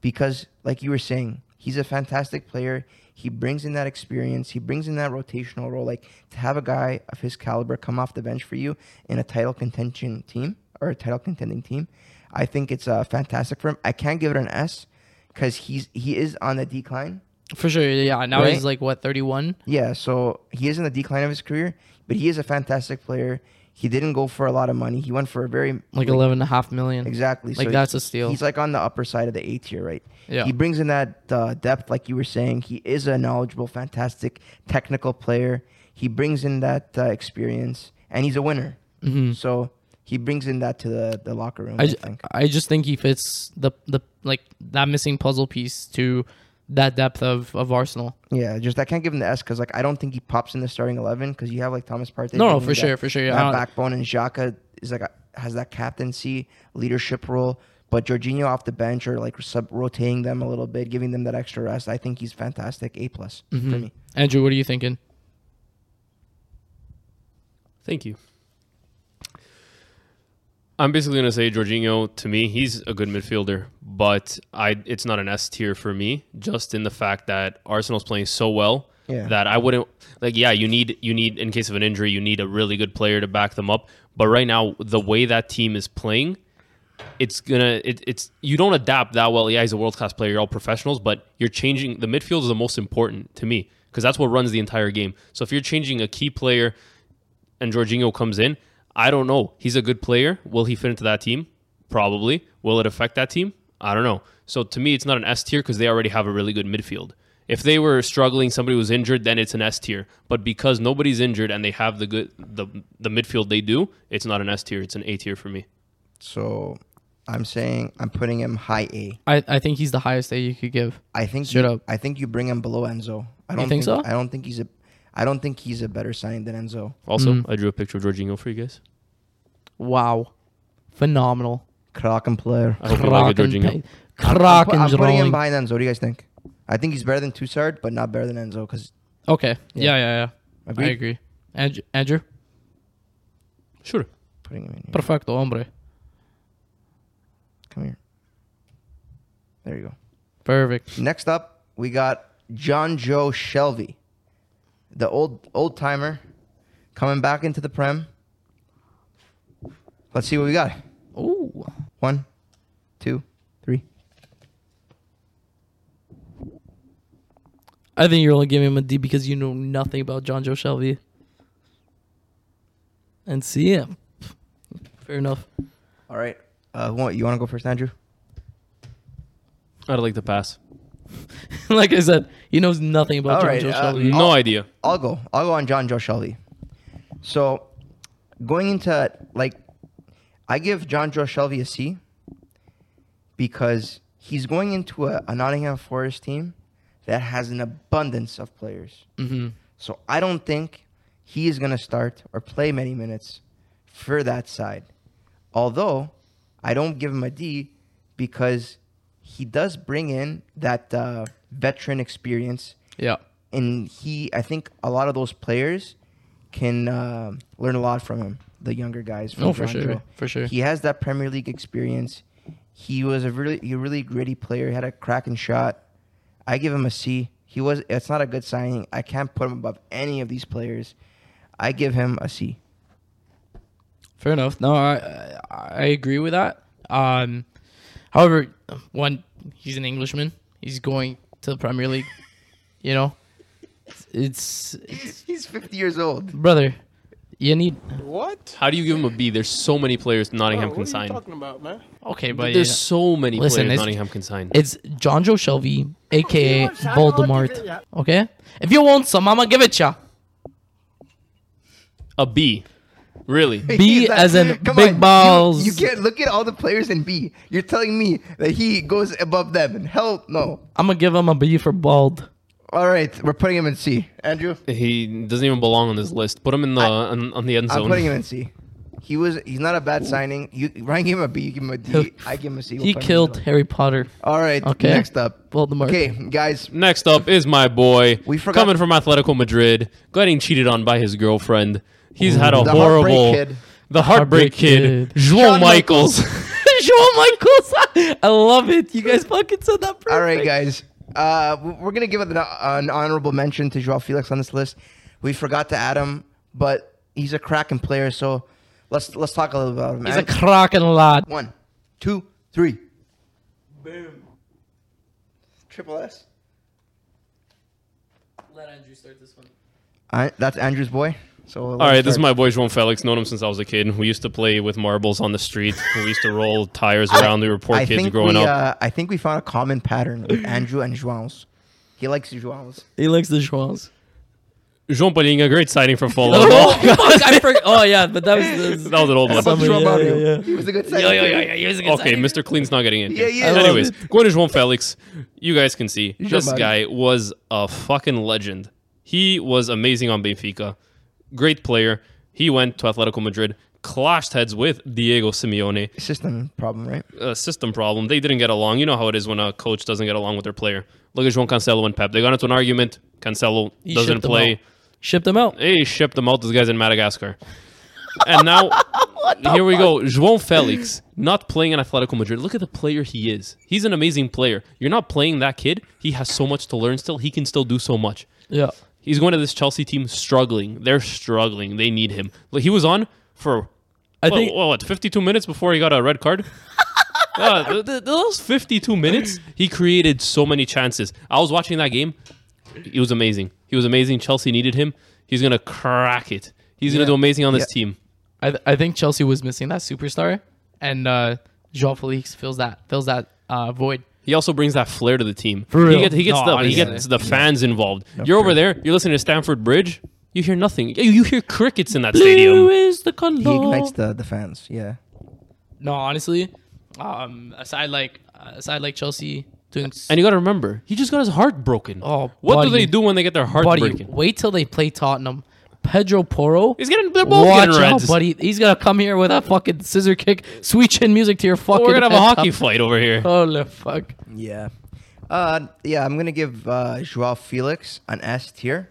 [SPEAKER 4] because, like you were saying, he's a fantastic player. He brings in that experience. He brings in that rotational role. Like to have a guy of his caliber come off the bench for you in a title contention team or a title contending team, I think it's uh, fantastic for him. I can't give it an S because he's he is on the decline.
[SPEAKER 3] For sure, yeah. Now
[SPEAKER 4] Right?
[SPEAKER 3] he's like what thirty one.
[SPEAKER 4] Yeah, so he is in the decline of his career, but he is a fantastic player. He didn't go for a lot of money. He went for a very
[SPEAKER 3] like 11 and a half million.
[SPEAKER 4] Exactly.
[SPEAKER 3] Like, that's a steal.
[SPEAKER 4] He's like on the upper side of the A tier, right?
[SPEAKER 3] Yeah.
[SPEAKER 4] He brings in that uh, depth, like you were saying. He is a knowledgeable, fantastic technical player. He brings in that uh, experience, and he's a winner. So he brings in that to the, the locker room.
[SPEAKER 3] Mm-hmm.
[SPEAKER 4] I,
[SPEAKER 3] I, ju-
[SPEAKER 4] think.
[SPEAKER 3] I just think he fits the the like that missing puzzle piece to that depth of of Arsenal.
[SPEAKER 4] Yeah, just I can't give him the S because like I don't think he pops in the starting eleven because you have like Thomas Partey.
[SPEAKER 3] No,
[SPEAKER 4] bringing
[SPEAKER 3] for
[SPEAKER 4] that-
[SPEAKER 3] sure, for sure, yeah, I
[SPEAKER 4] That
[SPEAKER 3] don't-
[SPEAKER 4] backbone and Xhaka is like a, has that captaincy leadership role, but Jorginho off the bench or like sub rotating them a little bit, giving them that extra rest. I think he's fantastic. A plus for
[SPEAKER 3] Mm-hmm.
[SPEAKER 4] me.
[SPEAKER 3] Andrew, what are you thinking?
[SPEAKER 2] Thank you. I'm basically going to say Jorginho, to me, he's a good midfielder, but I it's not an S tier for me, just in the fact that Arsenal's playing so well
[SPEAKER 4] Yeah.
[SPEAKER 2] that I wouldn't like yeah, you need you need in case of an injury, you need a really good player to back them up, but right now the way that team is playing, it's gonna it, it's you don't adapt that well. Yeah, he's a world class player. You're all professionals, but you're changing the midfield is the most important to me because that's what runs the entire game. So if you're changing a key player and Jorginho comes in, I don't know. He's a good player. Will he fit into that team? Probably. Will it affect that team? I don't know. So to me, it's not an S tier because they already have a really good midfield. If they were struggling, somebody was injured, then it's an S tier. But because nobody's injured and they have the good the the midfield they do, it's not an S tier. It's an A tier for me.
[SPEAKER 4] So I'm saying I'm putting him high A.
[SPEAKER 3] I, I think he's the highest that you could give.
[SPEAKER 4] I think
[SPEAKER 3] Straight
[SPEAKER 4] you,
[SPEAKER 3] up.
[SPEAKER 4] I think you bring him below Enzo. I don't
[SPEAKER 3] think so?
[SPEAKER 4] I don't think he's a. I don't think he's a better signing than Enzo.
[SPEAKER 2] Also, I drew a picture of Jorginho for you guys.
[SPEAKER 3] Wow, phenomenal.
[SPEAKER 4] Kraken player.
[SPEAKER 2] I hope you like it,
[SPEAKER 3] Kraken
[SPEAKER 2] Jorginho.
[SPEAKER 3] pa- Kraken
[SPEAKER 4] I'm, pu- I'm putting
[SPEAKER 3] drawing.
[SPEAKER 4] him behind Enzo. What do you guys think? I think he's better than Tussard, but not better than Enzo because
[SPEAKER 3] Okay. Yeah, yeah, yeah.
[SPEAKER 4] Agreed.
[SPEAKER 3] I agree. Andrew, Andrew,
[SPEAKER 2] Sure.
[SPEAKER 4] putting him in here.
[SPEAKER 3] perfecto, hombre.
[SPEAKER 4] Come here. There you go.
[SPEAKER 3] Perfect.
[SPEAKER 4] Next up, we got John Joe Shelby, the old old timer, coming back into the prem. Let's see what we got.
[SPEAKER 3] Ooh.
[SPEAKER 4] One, two, three.
[SPEAKER 3] I think you're only giving him a D because you know nothing about John Joe Shelby. And see him. Fair enough.
[SPEAKER 4] All right. Uh, who want- you want to go first, Andrew?
[SPEAKER 2] I'd like to pass.
[SPEAKER 3] like I said, he knows nothing about
[SPEAKER 4] All
[SPEAKER 3] John
[SPEAKER 4] right,
[SPEAKER 3] Joe
[SPEAKER 4] uh,
[SPEAKER 5] mm.
[SPEAKER 3] Shelby.
[SPEAKER 2] No idea.
[SPEAKER 4] I'll go. I'll go on John Joe Shelby. So going into like I give John Joe Shelby a C because he's going into a, a Nottingham Forest team that has an abundance of players.
[SPEAKER 3] hmm
[SPEAKER 4] So I don't think he is going to start or play many minutes for that side. Although I don't give him a D because he does bring in that uh, veteran experience
[SPEAKER 3] Yeah.
[SPEAKER 4] and he I think a lot of those players can uh, learn a lot from him. The younger guys. From
[SPEAKER 3] No, Oh, for
[SPEAKER 4] Toronto.
[SPEAKER 3] sure. For sure.
[SPEAKER 4] He has that Premier League experience. He was a really, he really gritty player. Had a cracking shot. I give him a C. He was. It's not a good signing. I can't put him above any of these players. I give him a C.
[SPEAKER 3] Fair enough. No, I I I agree with that. Um, however, one he's an Englishman. He's going to the Premier League. You know, it's, it's
[SPEAKER 4] He's 50 years old.
[SPEAKER 3] brother. You need
[SPEAKER 5] What?
[SPEAKER 2] How do you give him a B? There's so many players
[SPEAKER 5] Bro,
[SPEAKER 2] Nottingham
[SPEAKER 5] what
[SPEAKER 2] can
[SPEAKER 5] are you
[SPEAKER 2] sign.
[SPEAKER 5] talking about, man?
[SPEAKER 3] okay, but
[SPEAKER 2] There's so many
[SPEAKER 3] Listen,
[SPEAKER 2] players
[SPEAKER 3] it's-
[SPEAKER 2] Nottingham can sign.
[SPEAKER 3] it's John Joe Shelby, aka
[SPEAKER 5] If you want some, I'll give it
[SPEAKER 3] Voldemort. Okay, if you want some, I'ma give it ya.
[SPEAKER 2] A B. Really?
[SPEAKER 3] B
[SPEAKER 4] He's not-
[SPEAKER 3] as in
[SPEAKER 4] Come on,
[SPEAKER 3] big
[SPEAKER 4] you-
[SPEAKER 3] balls.
[SPEAKER 4] You, can't look at all the players in B. You're telling me that he goes above them. And hell no.
[SPEAKER 3] I'ma give him a B for bald.
[SPEAKER 4] All right, we're putting him in C. Andrew.
[SPEAKER 2] He doesn't even belong on this list. Put him in the on, on the end
[SPEAKER 4] I'm
[SPEAKER 2] zone.
[SPEAKER 4] putting him in C. He was. He's not a bad signing. You Ryan gave him a B. You give him a D. I give him a C. We'll
[SPEAKER 3] He
[SPEAKER 4] put him in
[SPEAKER 3] killed
[SPEAKER 4] the-
[SPEAKER 3] Harry Potter.
[SPEAKER 4] All right.
[SPEAKER 3] Okay.
[SPEAKER 4] Next up.
[SPEAKER 3] Voldemort.
[SPEAKER 4] Okay, guys.
[SPEAKER 2] Next up is my boy
[SPEAKER 4] We forgot-
[SPEAKER 2] coming from Atletico Madrid, getting cheated on by his girlfriend. He's had a
[SPEAKER 4] The heartbreak
[SPEAKER 2] horrible
[SPEAKER 4] kid.
[SPEAKER 2] the heartbreak
[SPEAKER 3] Heartbreak
[SPEAKER 2] kid,
[SPEAKER 3] kid.
[SPEAKER 2] Joel
[SPEAKER 4] Shawn
[SPEAKER 2] Michaels.
[SPEAKER 3] Shawn Michaels. I love it. You guys fucking said that perfect.
[SPEAKER 4] All right, guys. Uh, w- we're gonna give an, an honorable mention to Joao Felix on this list. We forgot to add him, but he's a cracking player. So let's let's talk a little about him.
[SPEAKER 3] He's a
[SPEAKER 4] And-
[SPEAKER 3] cracking lad.
[SPEAKER 4] One, two, three. Boom. Triple S.
[SPEAKER 3] Let Andrew start this one.
[SPEAKER 4] I, that's Andrew's boy. So
[SPEAKER 2] All right, this is my boy Joan Felix. Known him since I was a kid. We used to play with marbles on the street. we used to roll tires around. We were poor
[SPEAKER 4] I
[SPEAKER 2] kids
[SPEAKER 4] think
[SPEAKER 2] growing
[SPEAKER 4] we,
[SPEAKER 2] up.
[SPEAKER 4] Uh, I think we found a common pattern with Andrew and Joao's. He likes Joao's.
[SPEAKER 3] He likes the Schwans.
[SPEAKER 2] Jean Palinga, great signing from Follow.
[SPEAKER 3] Oh, fuck, I forgot. Oh yeah, but that was the
[SPEAKER 2] that was an old one.
[SPEAKER 3] Somebody-
[SPEAKER 4] Joao
[SPEAKER 3] yeah,
[SPEAKER 4] Mario.
[SPEAKER 3] yeah, yeah.
[SPEAKER 4] He was a good
[SPEAKER 3] Yo, yo,
[SPEAKER 4] second.
[SPEAKER 3] yo, yo, he was a good
[SPEAKER 2] Okay,
[SPEAKER 3] signing.
[SPEAKER 2] Mr. Clean's not getting in.
[SPEAKER 4] Yeah,
[SPEAKER 2] here.
[SPEAKER 4] yeah. I love
[SPEAKER 2] Anyways, going to Joan Felix, you guys can see this
[SPEAKER 4] Mario.
[SPEAKER 2] guy was a fucking legend. He was amazing on Benfica, great player. He went to Atletico Madrid, clashed heads with Diego Simeone.
[SPEAKER 4] System problem, right?
[SPEAKER 2] A system problem. They didn't get along. You know how it is when a coach doesn't get along with their player. Look at Joan Cancelo and Pep. They got into an argument. Cancelo
[SPEAKER 3] He
[SPEAKER 2] doesn't
[SPEAKER 3] shipped them
[SPEAKER 2] play.
[SPEAKER 3] out. Shipped them out.
[SPEAKER 2] Hey, ship them out. This guy's in Madagascar. And now, here we go. João Felix not playing in Atletico Madrid. Look at the player he is. He's an amazing player. You're not playing that kid. He has so much to learn still. He can still do so much.
[SPEAKER 3] Yeah.
[SPEAKER 2] He's going to this Chelsea team struggling. They're struggling. They need him. Like, He was on for,
[SPEAKER 3] I
[SPEAKER 2] what,
[SPEAKER 3] think
[SPEAKER 2] what, what, 52 minutes before he got a red card? Uh, th- th- those 52 minutes, he created so many chances. I was watching that game. He was amazing. He was amazing. Chelsea needed him. He's going to crack it. He's going to do amazing on this
[SPEAKER 4] Yeah.
[SPEAKER 2] team.
[SPEAKER 3] I, I think Chelsea was missing that superstar, and uh, Jean Felix fills that fills that uh, void.
[SPEAKER 2] He also brings that flair to the team.
[SPEAKER 3] For real.
[SPEAKER 2] He, get- he gets
[SPEAKER 3] No,
[SPEAKER 2] the he
[SPEAKER 3] honestly.
[SPEAKER 2] gets the fans involved. you're over there. You're listening to Stamford Bridge. You hear nothing. You- You hear crickets in that
[SPEAKER 3] Blue
[SPEAKER 2] stadium.
[SPEAKER 3] is the color.
[SPEAKER 4] He ignites the, the fans. Yeah.
[SPEAKER 3] No, honestly, um, aside like aside like Chelsea doing.
[SPEAKER 2] And you got to remember, he just got his heart broken.
[SPEAKER 3] Oh,
[SPEAKER 2] what do
[SPEAKER 3] buddy.
[SPEAKER 2] they do when they get their heart
[SPEAKER 3] buddy,
[SPEAKER 2] broken?
[SPEAKER 3] wait till they play Tottenham. Pedro Porro.
[SPEAKER 2] He's getting they're both
[SPEAKER 3] Watch
[SPEAKER 2] getting
[SPEAKER 3] out,
[SPEAKER 2] reds.
[SPEAKER 3] buddy. He's gonna come here with a fucking scissor kick, sweet chin music to your fucking.
[SPEAKER 2] We're gonna have a
[SPEAKER 3] head
[SPEAKER 2] hockey
[SPEAKER 3] up. Oh.
[SPEAKER 2] fight over here.
[SPEAKER 3] Holy fuck!
[SPEAKER 4] Yeah. Uh, yeah, I'm going to give uh, Joao Felix an S tier.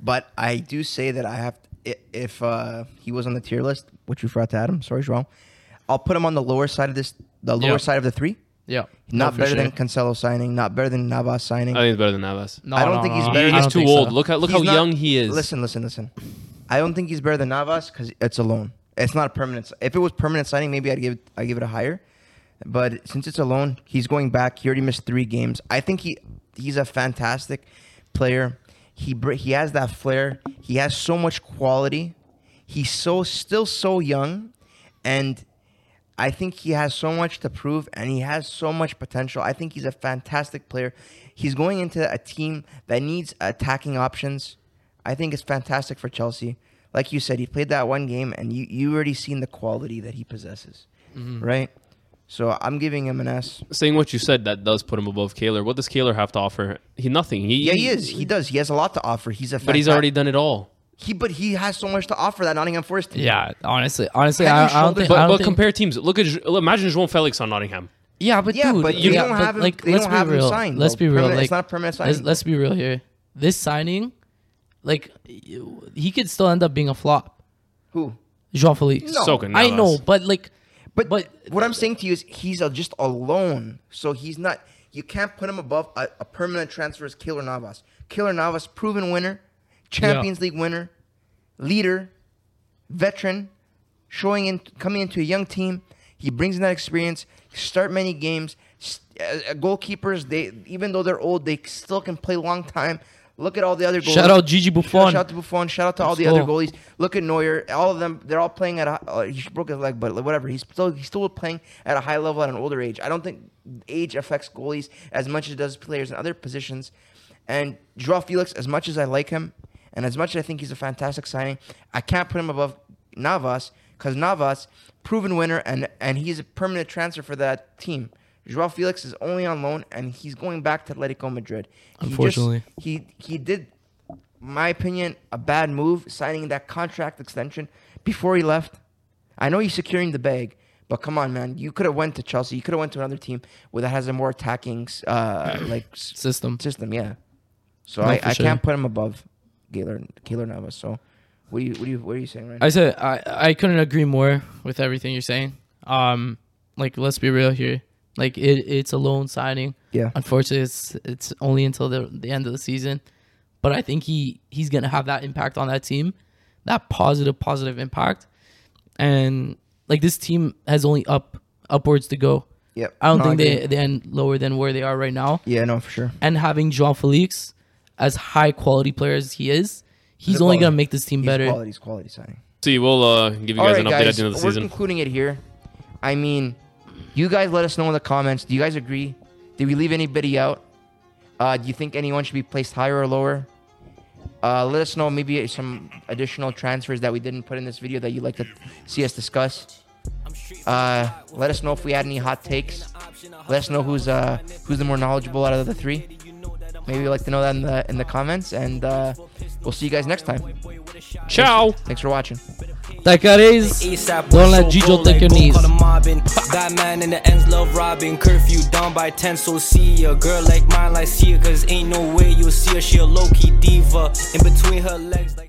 [SPEAKER 4] But I do say that I have, i if uh, he was on the tier list, which you forgot to add him, sorry, Joao, I'll put him on the lower side of this, the lower
[SPEAKER 2] Yeah.
[SPEAKER 4] side of the three.
[SPEAKER 3] Yeah.
[SPEAKER 4] Not
[SPEAKER 2] for
[SPEAKER 4] better than
[SPEAKER 2] sure.
[SPEAKER 4] Cancelo signing, not better than Navas signing.
[SPEAKER 2] I think it's better than Navas.
[SPEAKER 3] No,
[SPEAKER 4] I don't
[SPEAKER 3] no,
[SPEAKER 4] think
[SPEAKER 3] no,
[SPEAKER 4] he's
[SPEAKER 3] no,
[SPEAKER 4] better.
[SPEAKER 3] I
[SPEAKER 4] He's
[SPEAKER 3] don't
[SPEAKER 2] too
[SPEAKER 3] think so.
[SPEAKER 2] old. Look how look
[SPEAKER 4] He's
[SPEAKER 2] how
[SPEAKER 4] not-
[SPEAKER 2] young he is.
[SPEAKER 4] Listen, listen, listen. I don't think he's better than Navas because it's a loan. It's not a permanent. s- If it was permanent signing, maybe I'd give it, I give it a higher. But since it's a loan, he's going back. He already missed three games. I think he he's a fantastic player. He br- he has that flair. He has so much quality. He's so still so young, and I think he has so much to prove and he has so much potential. I think he's a fantastic player. He's going into a team that needs attacking options. I think it's fantastic for Chelsea. Like you said, he played that one game and you you already seen the quality that he possesses.
[SPEAKER 2] Mm-hmm.
[SPEAKER 4] Right? So I'm giving him an S.
[SPEAKER 2] Saying what you said, that does put him above Kaler. What does Kaler have to offer? He nothing. He,
[SPEAKER 4] Yeah, he is. He does. He has a lot to offer. He's a
[SPEAKER 2] But he's
[SPEAKER 4] fanta-
[SPEAKER 2] already done it all.
[SPEAKER 4] he but he has so much to offer that Nottingham Forest team.
[SPEAKER 3] Yeah, honestly, honestly,
[SPEAKER 4] Head
[SPEAKER 3] I,
[SPEAKER 4] and
[SPEAKER 3] I don't
[SPEAKER 4] shoulders.
[SPEAKER 3] think. I
[SPEAKER 2] But
[SPEAKER 3] don't
[SPEAKER 2] but
[SPEAKER 3] think-
[SPEAKER 2] compare teams. Look at imagine João Felix on Nottingham.
[SPEAKER 3] Yeah, but
[SPEAKER 4] Yeah,
[SPEAKER 3] dude,
[SPEAKER 4] but you
[SPEAKER 3] yeah,
[SPEAKER 4] don't
[SPEAKER 3] but,
[SPEAKER 4] have him-
[SPEAKER 3] like
[SPEAKER 4] they
[SPEAKER 3] let's
[SPEAKER 4] don't
[SPEAKER 3] be
[SPEAKER 4] have him
[SPEAKER 3] real.
[SPEAKER 4] signed,
[SPEAKER 3] let's
[SPEAKER 4] though.
[SPEAKER 3] be real.
[SPEAKER 4] Permanent-
[SPEAKER 3] Like,
[SPEAKER 4] it's not a permanent
[SPEAKER 3] Let's,
[SPEAKER 4] signing.
[SPEAKER 3] let's be real here. This signing, like, you- he could still end up being a flop.
[SPEAKER 4] Who?
[SPEAKER 3] Jean Felix.
[SPEAKER 4] No.
[SPEAKER 2] Soaking
[SPEAKER 3] I
[SPEAKER 2] Navas.
[SPEAKER 3] know, but like,
[SPEAKER 4] But,
[SPEAKER 3] But-
[SPEAKER 4] what I'm saying to you is he's a, just alone. So he's not. You can't put him above a, a permanent transfer as Killer Navas. Killer Navas, proven winner, Champions League winner, leader, veteran, showing in coming into a young team. He brings in that experience. Start many games. S- uh, uh, goalkeepers, they even though they're old, they still can play long time. Look at all the other goals.
[SPEAKER 3] Shout out Gigi Buffon.
[SPEAKER 4] Shout out to Buffon. Shout out to all the
[SPEAKER 3] Let's
[SPEAKER 4] other
[SPEAKER 3] go.
[SPEAKER 4] goalies. Look at Neuer. All of them. They're all playing at. A, uh, he broke his leg, but whatever. He's still he's still playing at a high level at an older age. I don't think age affects goalies as much as it does players in other positions. And Joao Felix, as much as I like him, and as much as I think he's a fantastic signing, I can't put him above Navas because Navas, proven winner, and and he's a permanent transfer for that team. Joao Felix is only on loan, and he's going back to Atletico Madrid. He just-
[SPEAKER 3] Unfortunately.
[SPEAKER 4] he he did my opinion, a bad move signing that contract extension before he left. I know he's securing the bag, but come on, man, you could have went to Chelsea. You could have went to another team where that has a more attacking uh, like s-
[SPEAKER 3] system.
[SPEAKER 4] system. Yeah, so
[SPEAKER 3] No,
[SPEAKER 4] I,
[SPEAKER 3] for
[SPEAKER 4] I
[SPEAKER 3] sure.
[SPEAKER 4] can't put him above Gaylor Gaylor Navas. So what do you what do you what are you saying right now?
[SPEAKER 3] I said I I couldn't agree more with everything you're saying. Um, like let's be real here. Like it, it's a loan signing.
[SPEAKER 4] Yeah.
[SPEAKER 3] Unfortunately, it's it's only until the the end of the season, but I think he he's gonna have that impact on that team, that positive positive impact, and like this team has only up upwards to go.
[SPEAKER 4] Yep.
[SPEAKER 3] I don't
[SPEAKER 4] No,
[SPEAKER 3] think
[SPEAKER 4] agree.
[SPEAKER 3] they, they end lower than where they are right now.
[SPEAKER 4] Yeah, no, for sure.
[SPEAKER 3] And having Jean Felix as high quality player as he is, he's only
[SPEAKER 4] quality.
[SPEAKER 3] gonna make this team
[SPEAKER 4] He's
[SPEAKER 3] better.
[SPEAKER 4] quality, he's quality signing.
[SPEAKER 2] See, we'll uh, give you guys
[SPEAKER 4] All right,
[SPEAKER 2] an update
[SPEAKER 4] guys,
[SPEAKER 2] at the end of the
[SPEAKER 4] we're
[SPEAKER 2] season.
[SPEAKER 4] concluding it here. I mean, you guys let us know in the comments. Do you guys agree? Did we leave anybody out? Uh, do you think anyone should be placed higher or lower? Uh, let us know maybe some additional transfers that we didn't put in this video that you'd like to see us discuss. Uh, let us know if we had any hot takes. Let us know who's uh, who's the more knowledgeable out of the three. Maybe you'd like to know that in the in the comments, and uh, we'll see you guys next time.
[SPEAKER 2] Ciao.
[SPEAKER 4] Thanks for watching.
[SPEAKER 3] Tacare's
[SPEAKER 1] ASAP.
[SPEAKER 3] Don't let Gijo take your knees.
[SPEAKER 1] Batman in the ends love robbing. Curfew down by 10, so see a girl like mine, like see her. Cause ain't no way you'll see her. She a low key diva. In between her legs, like.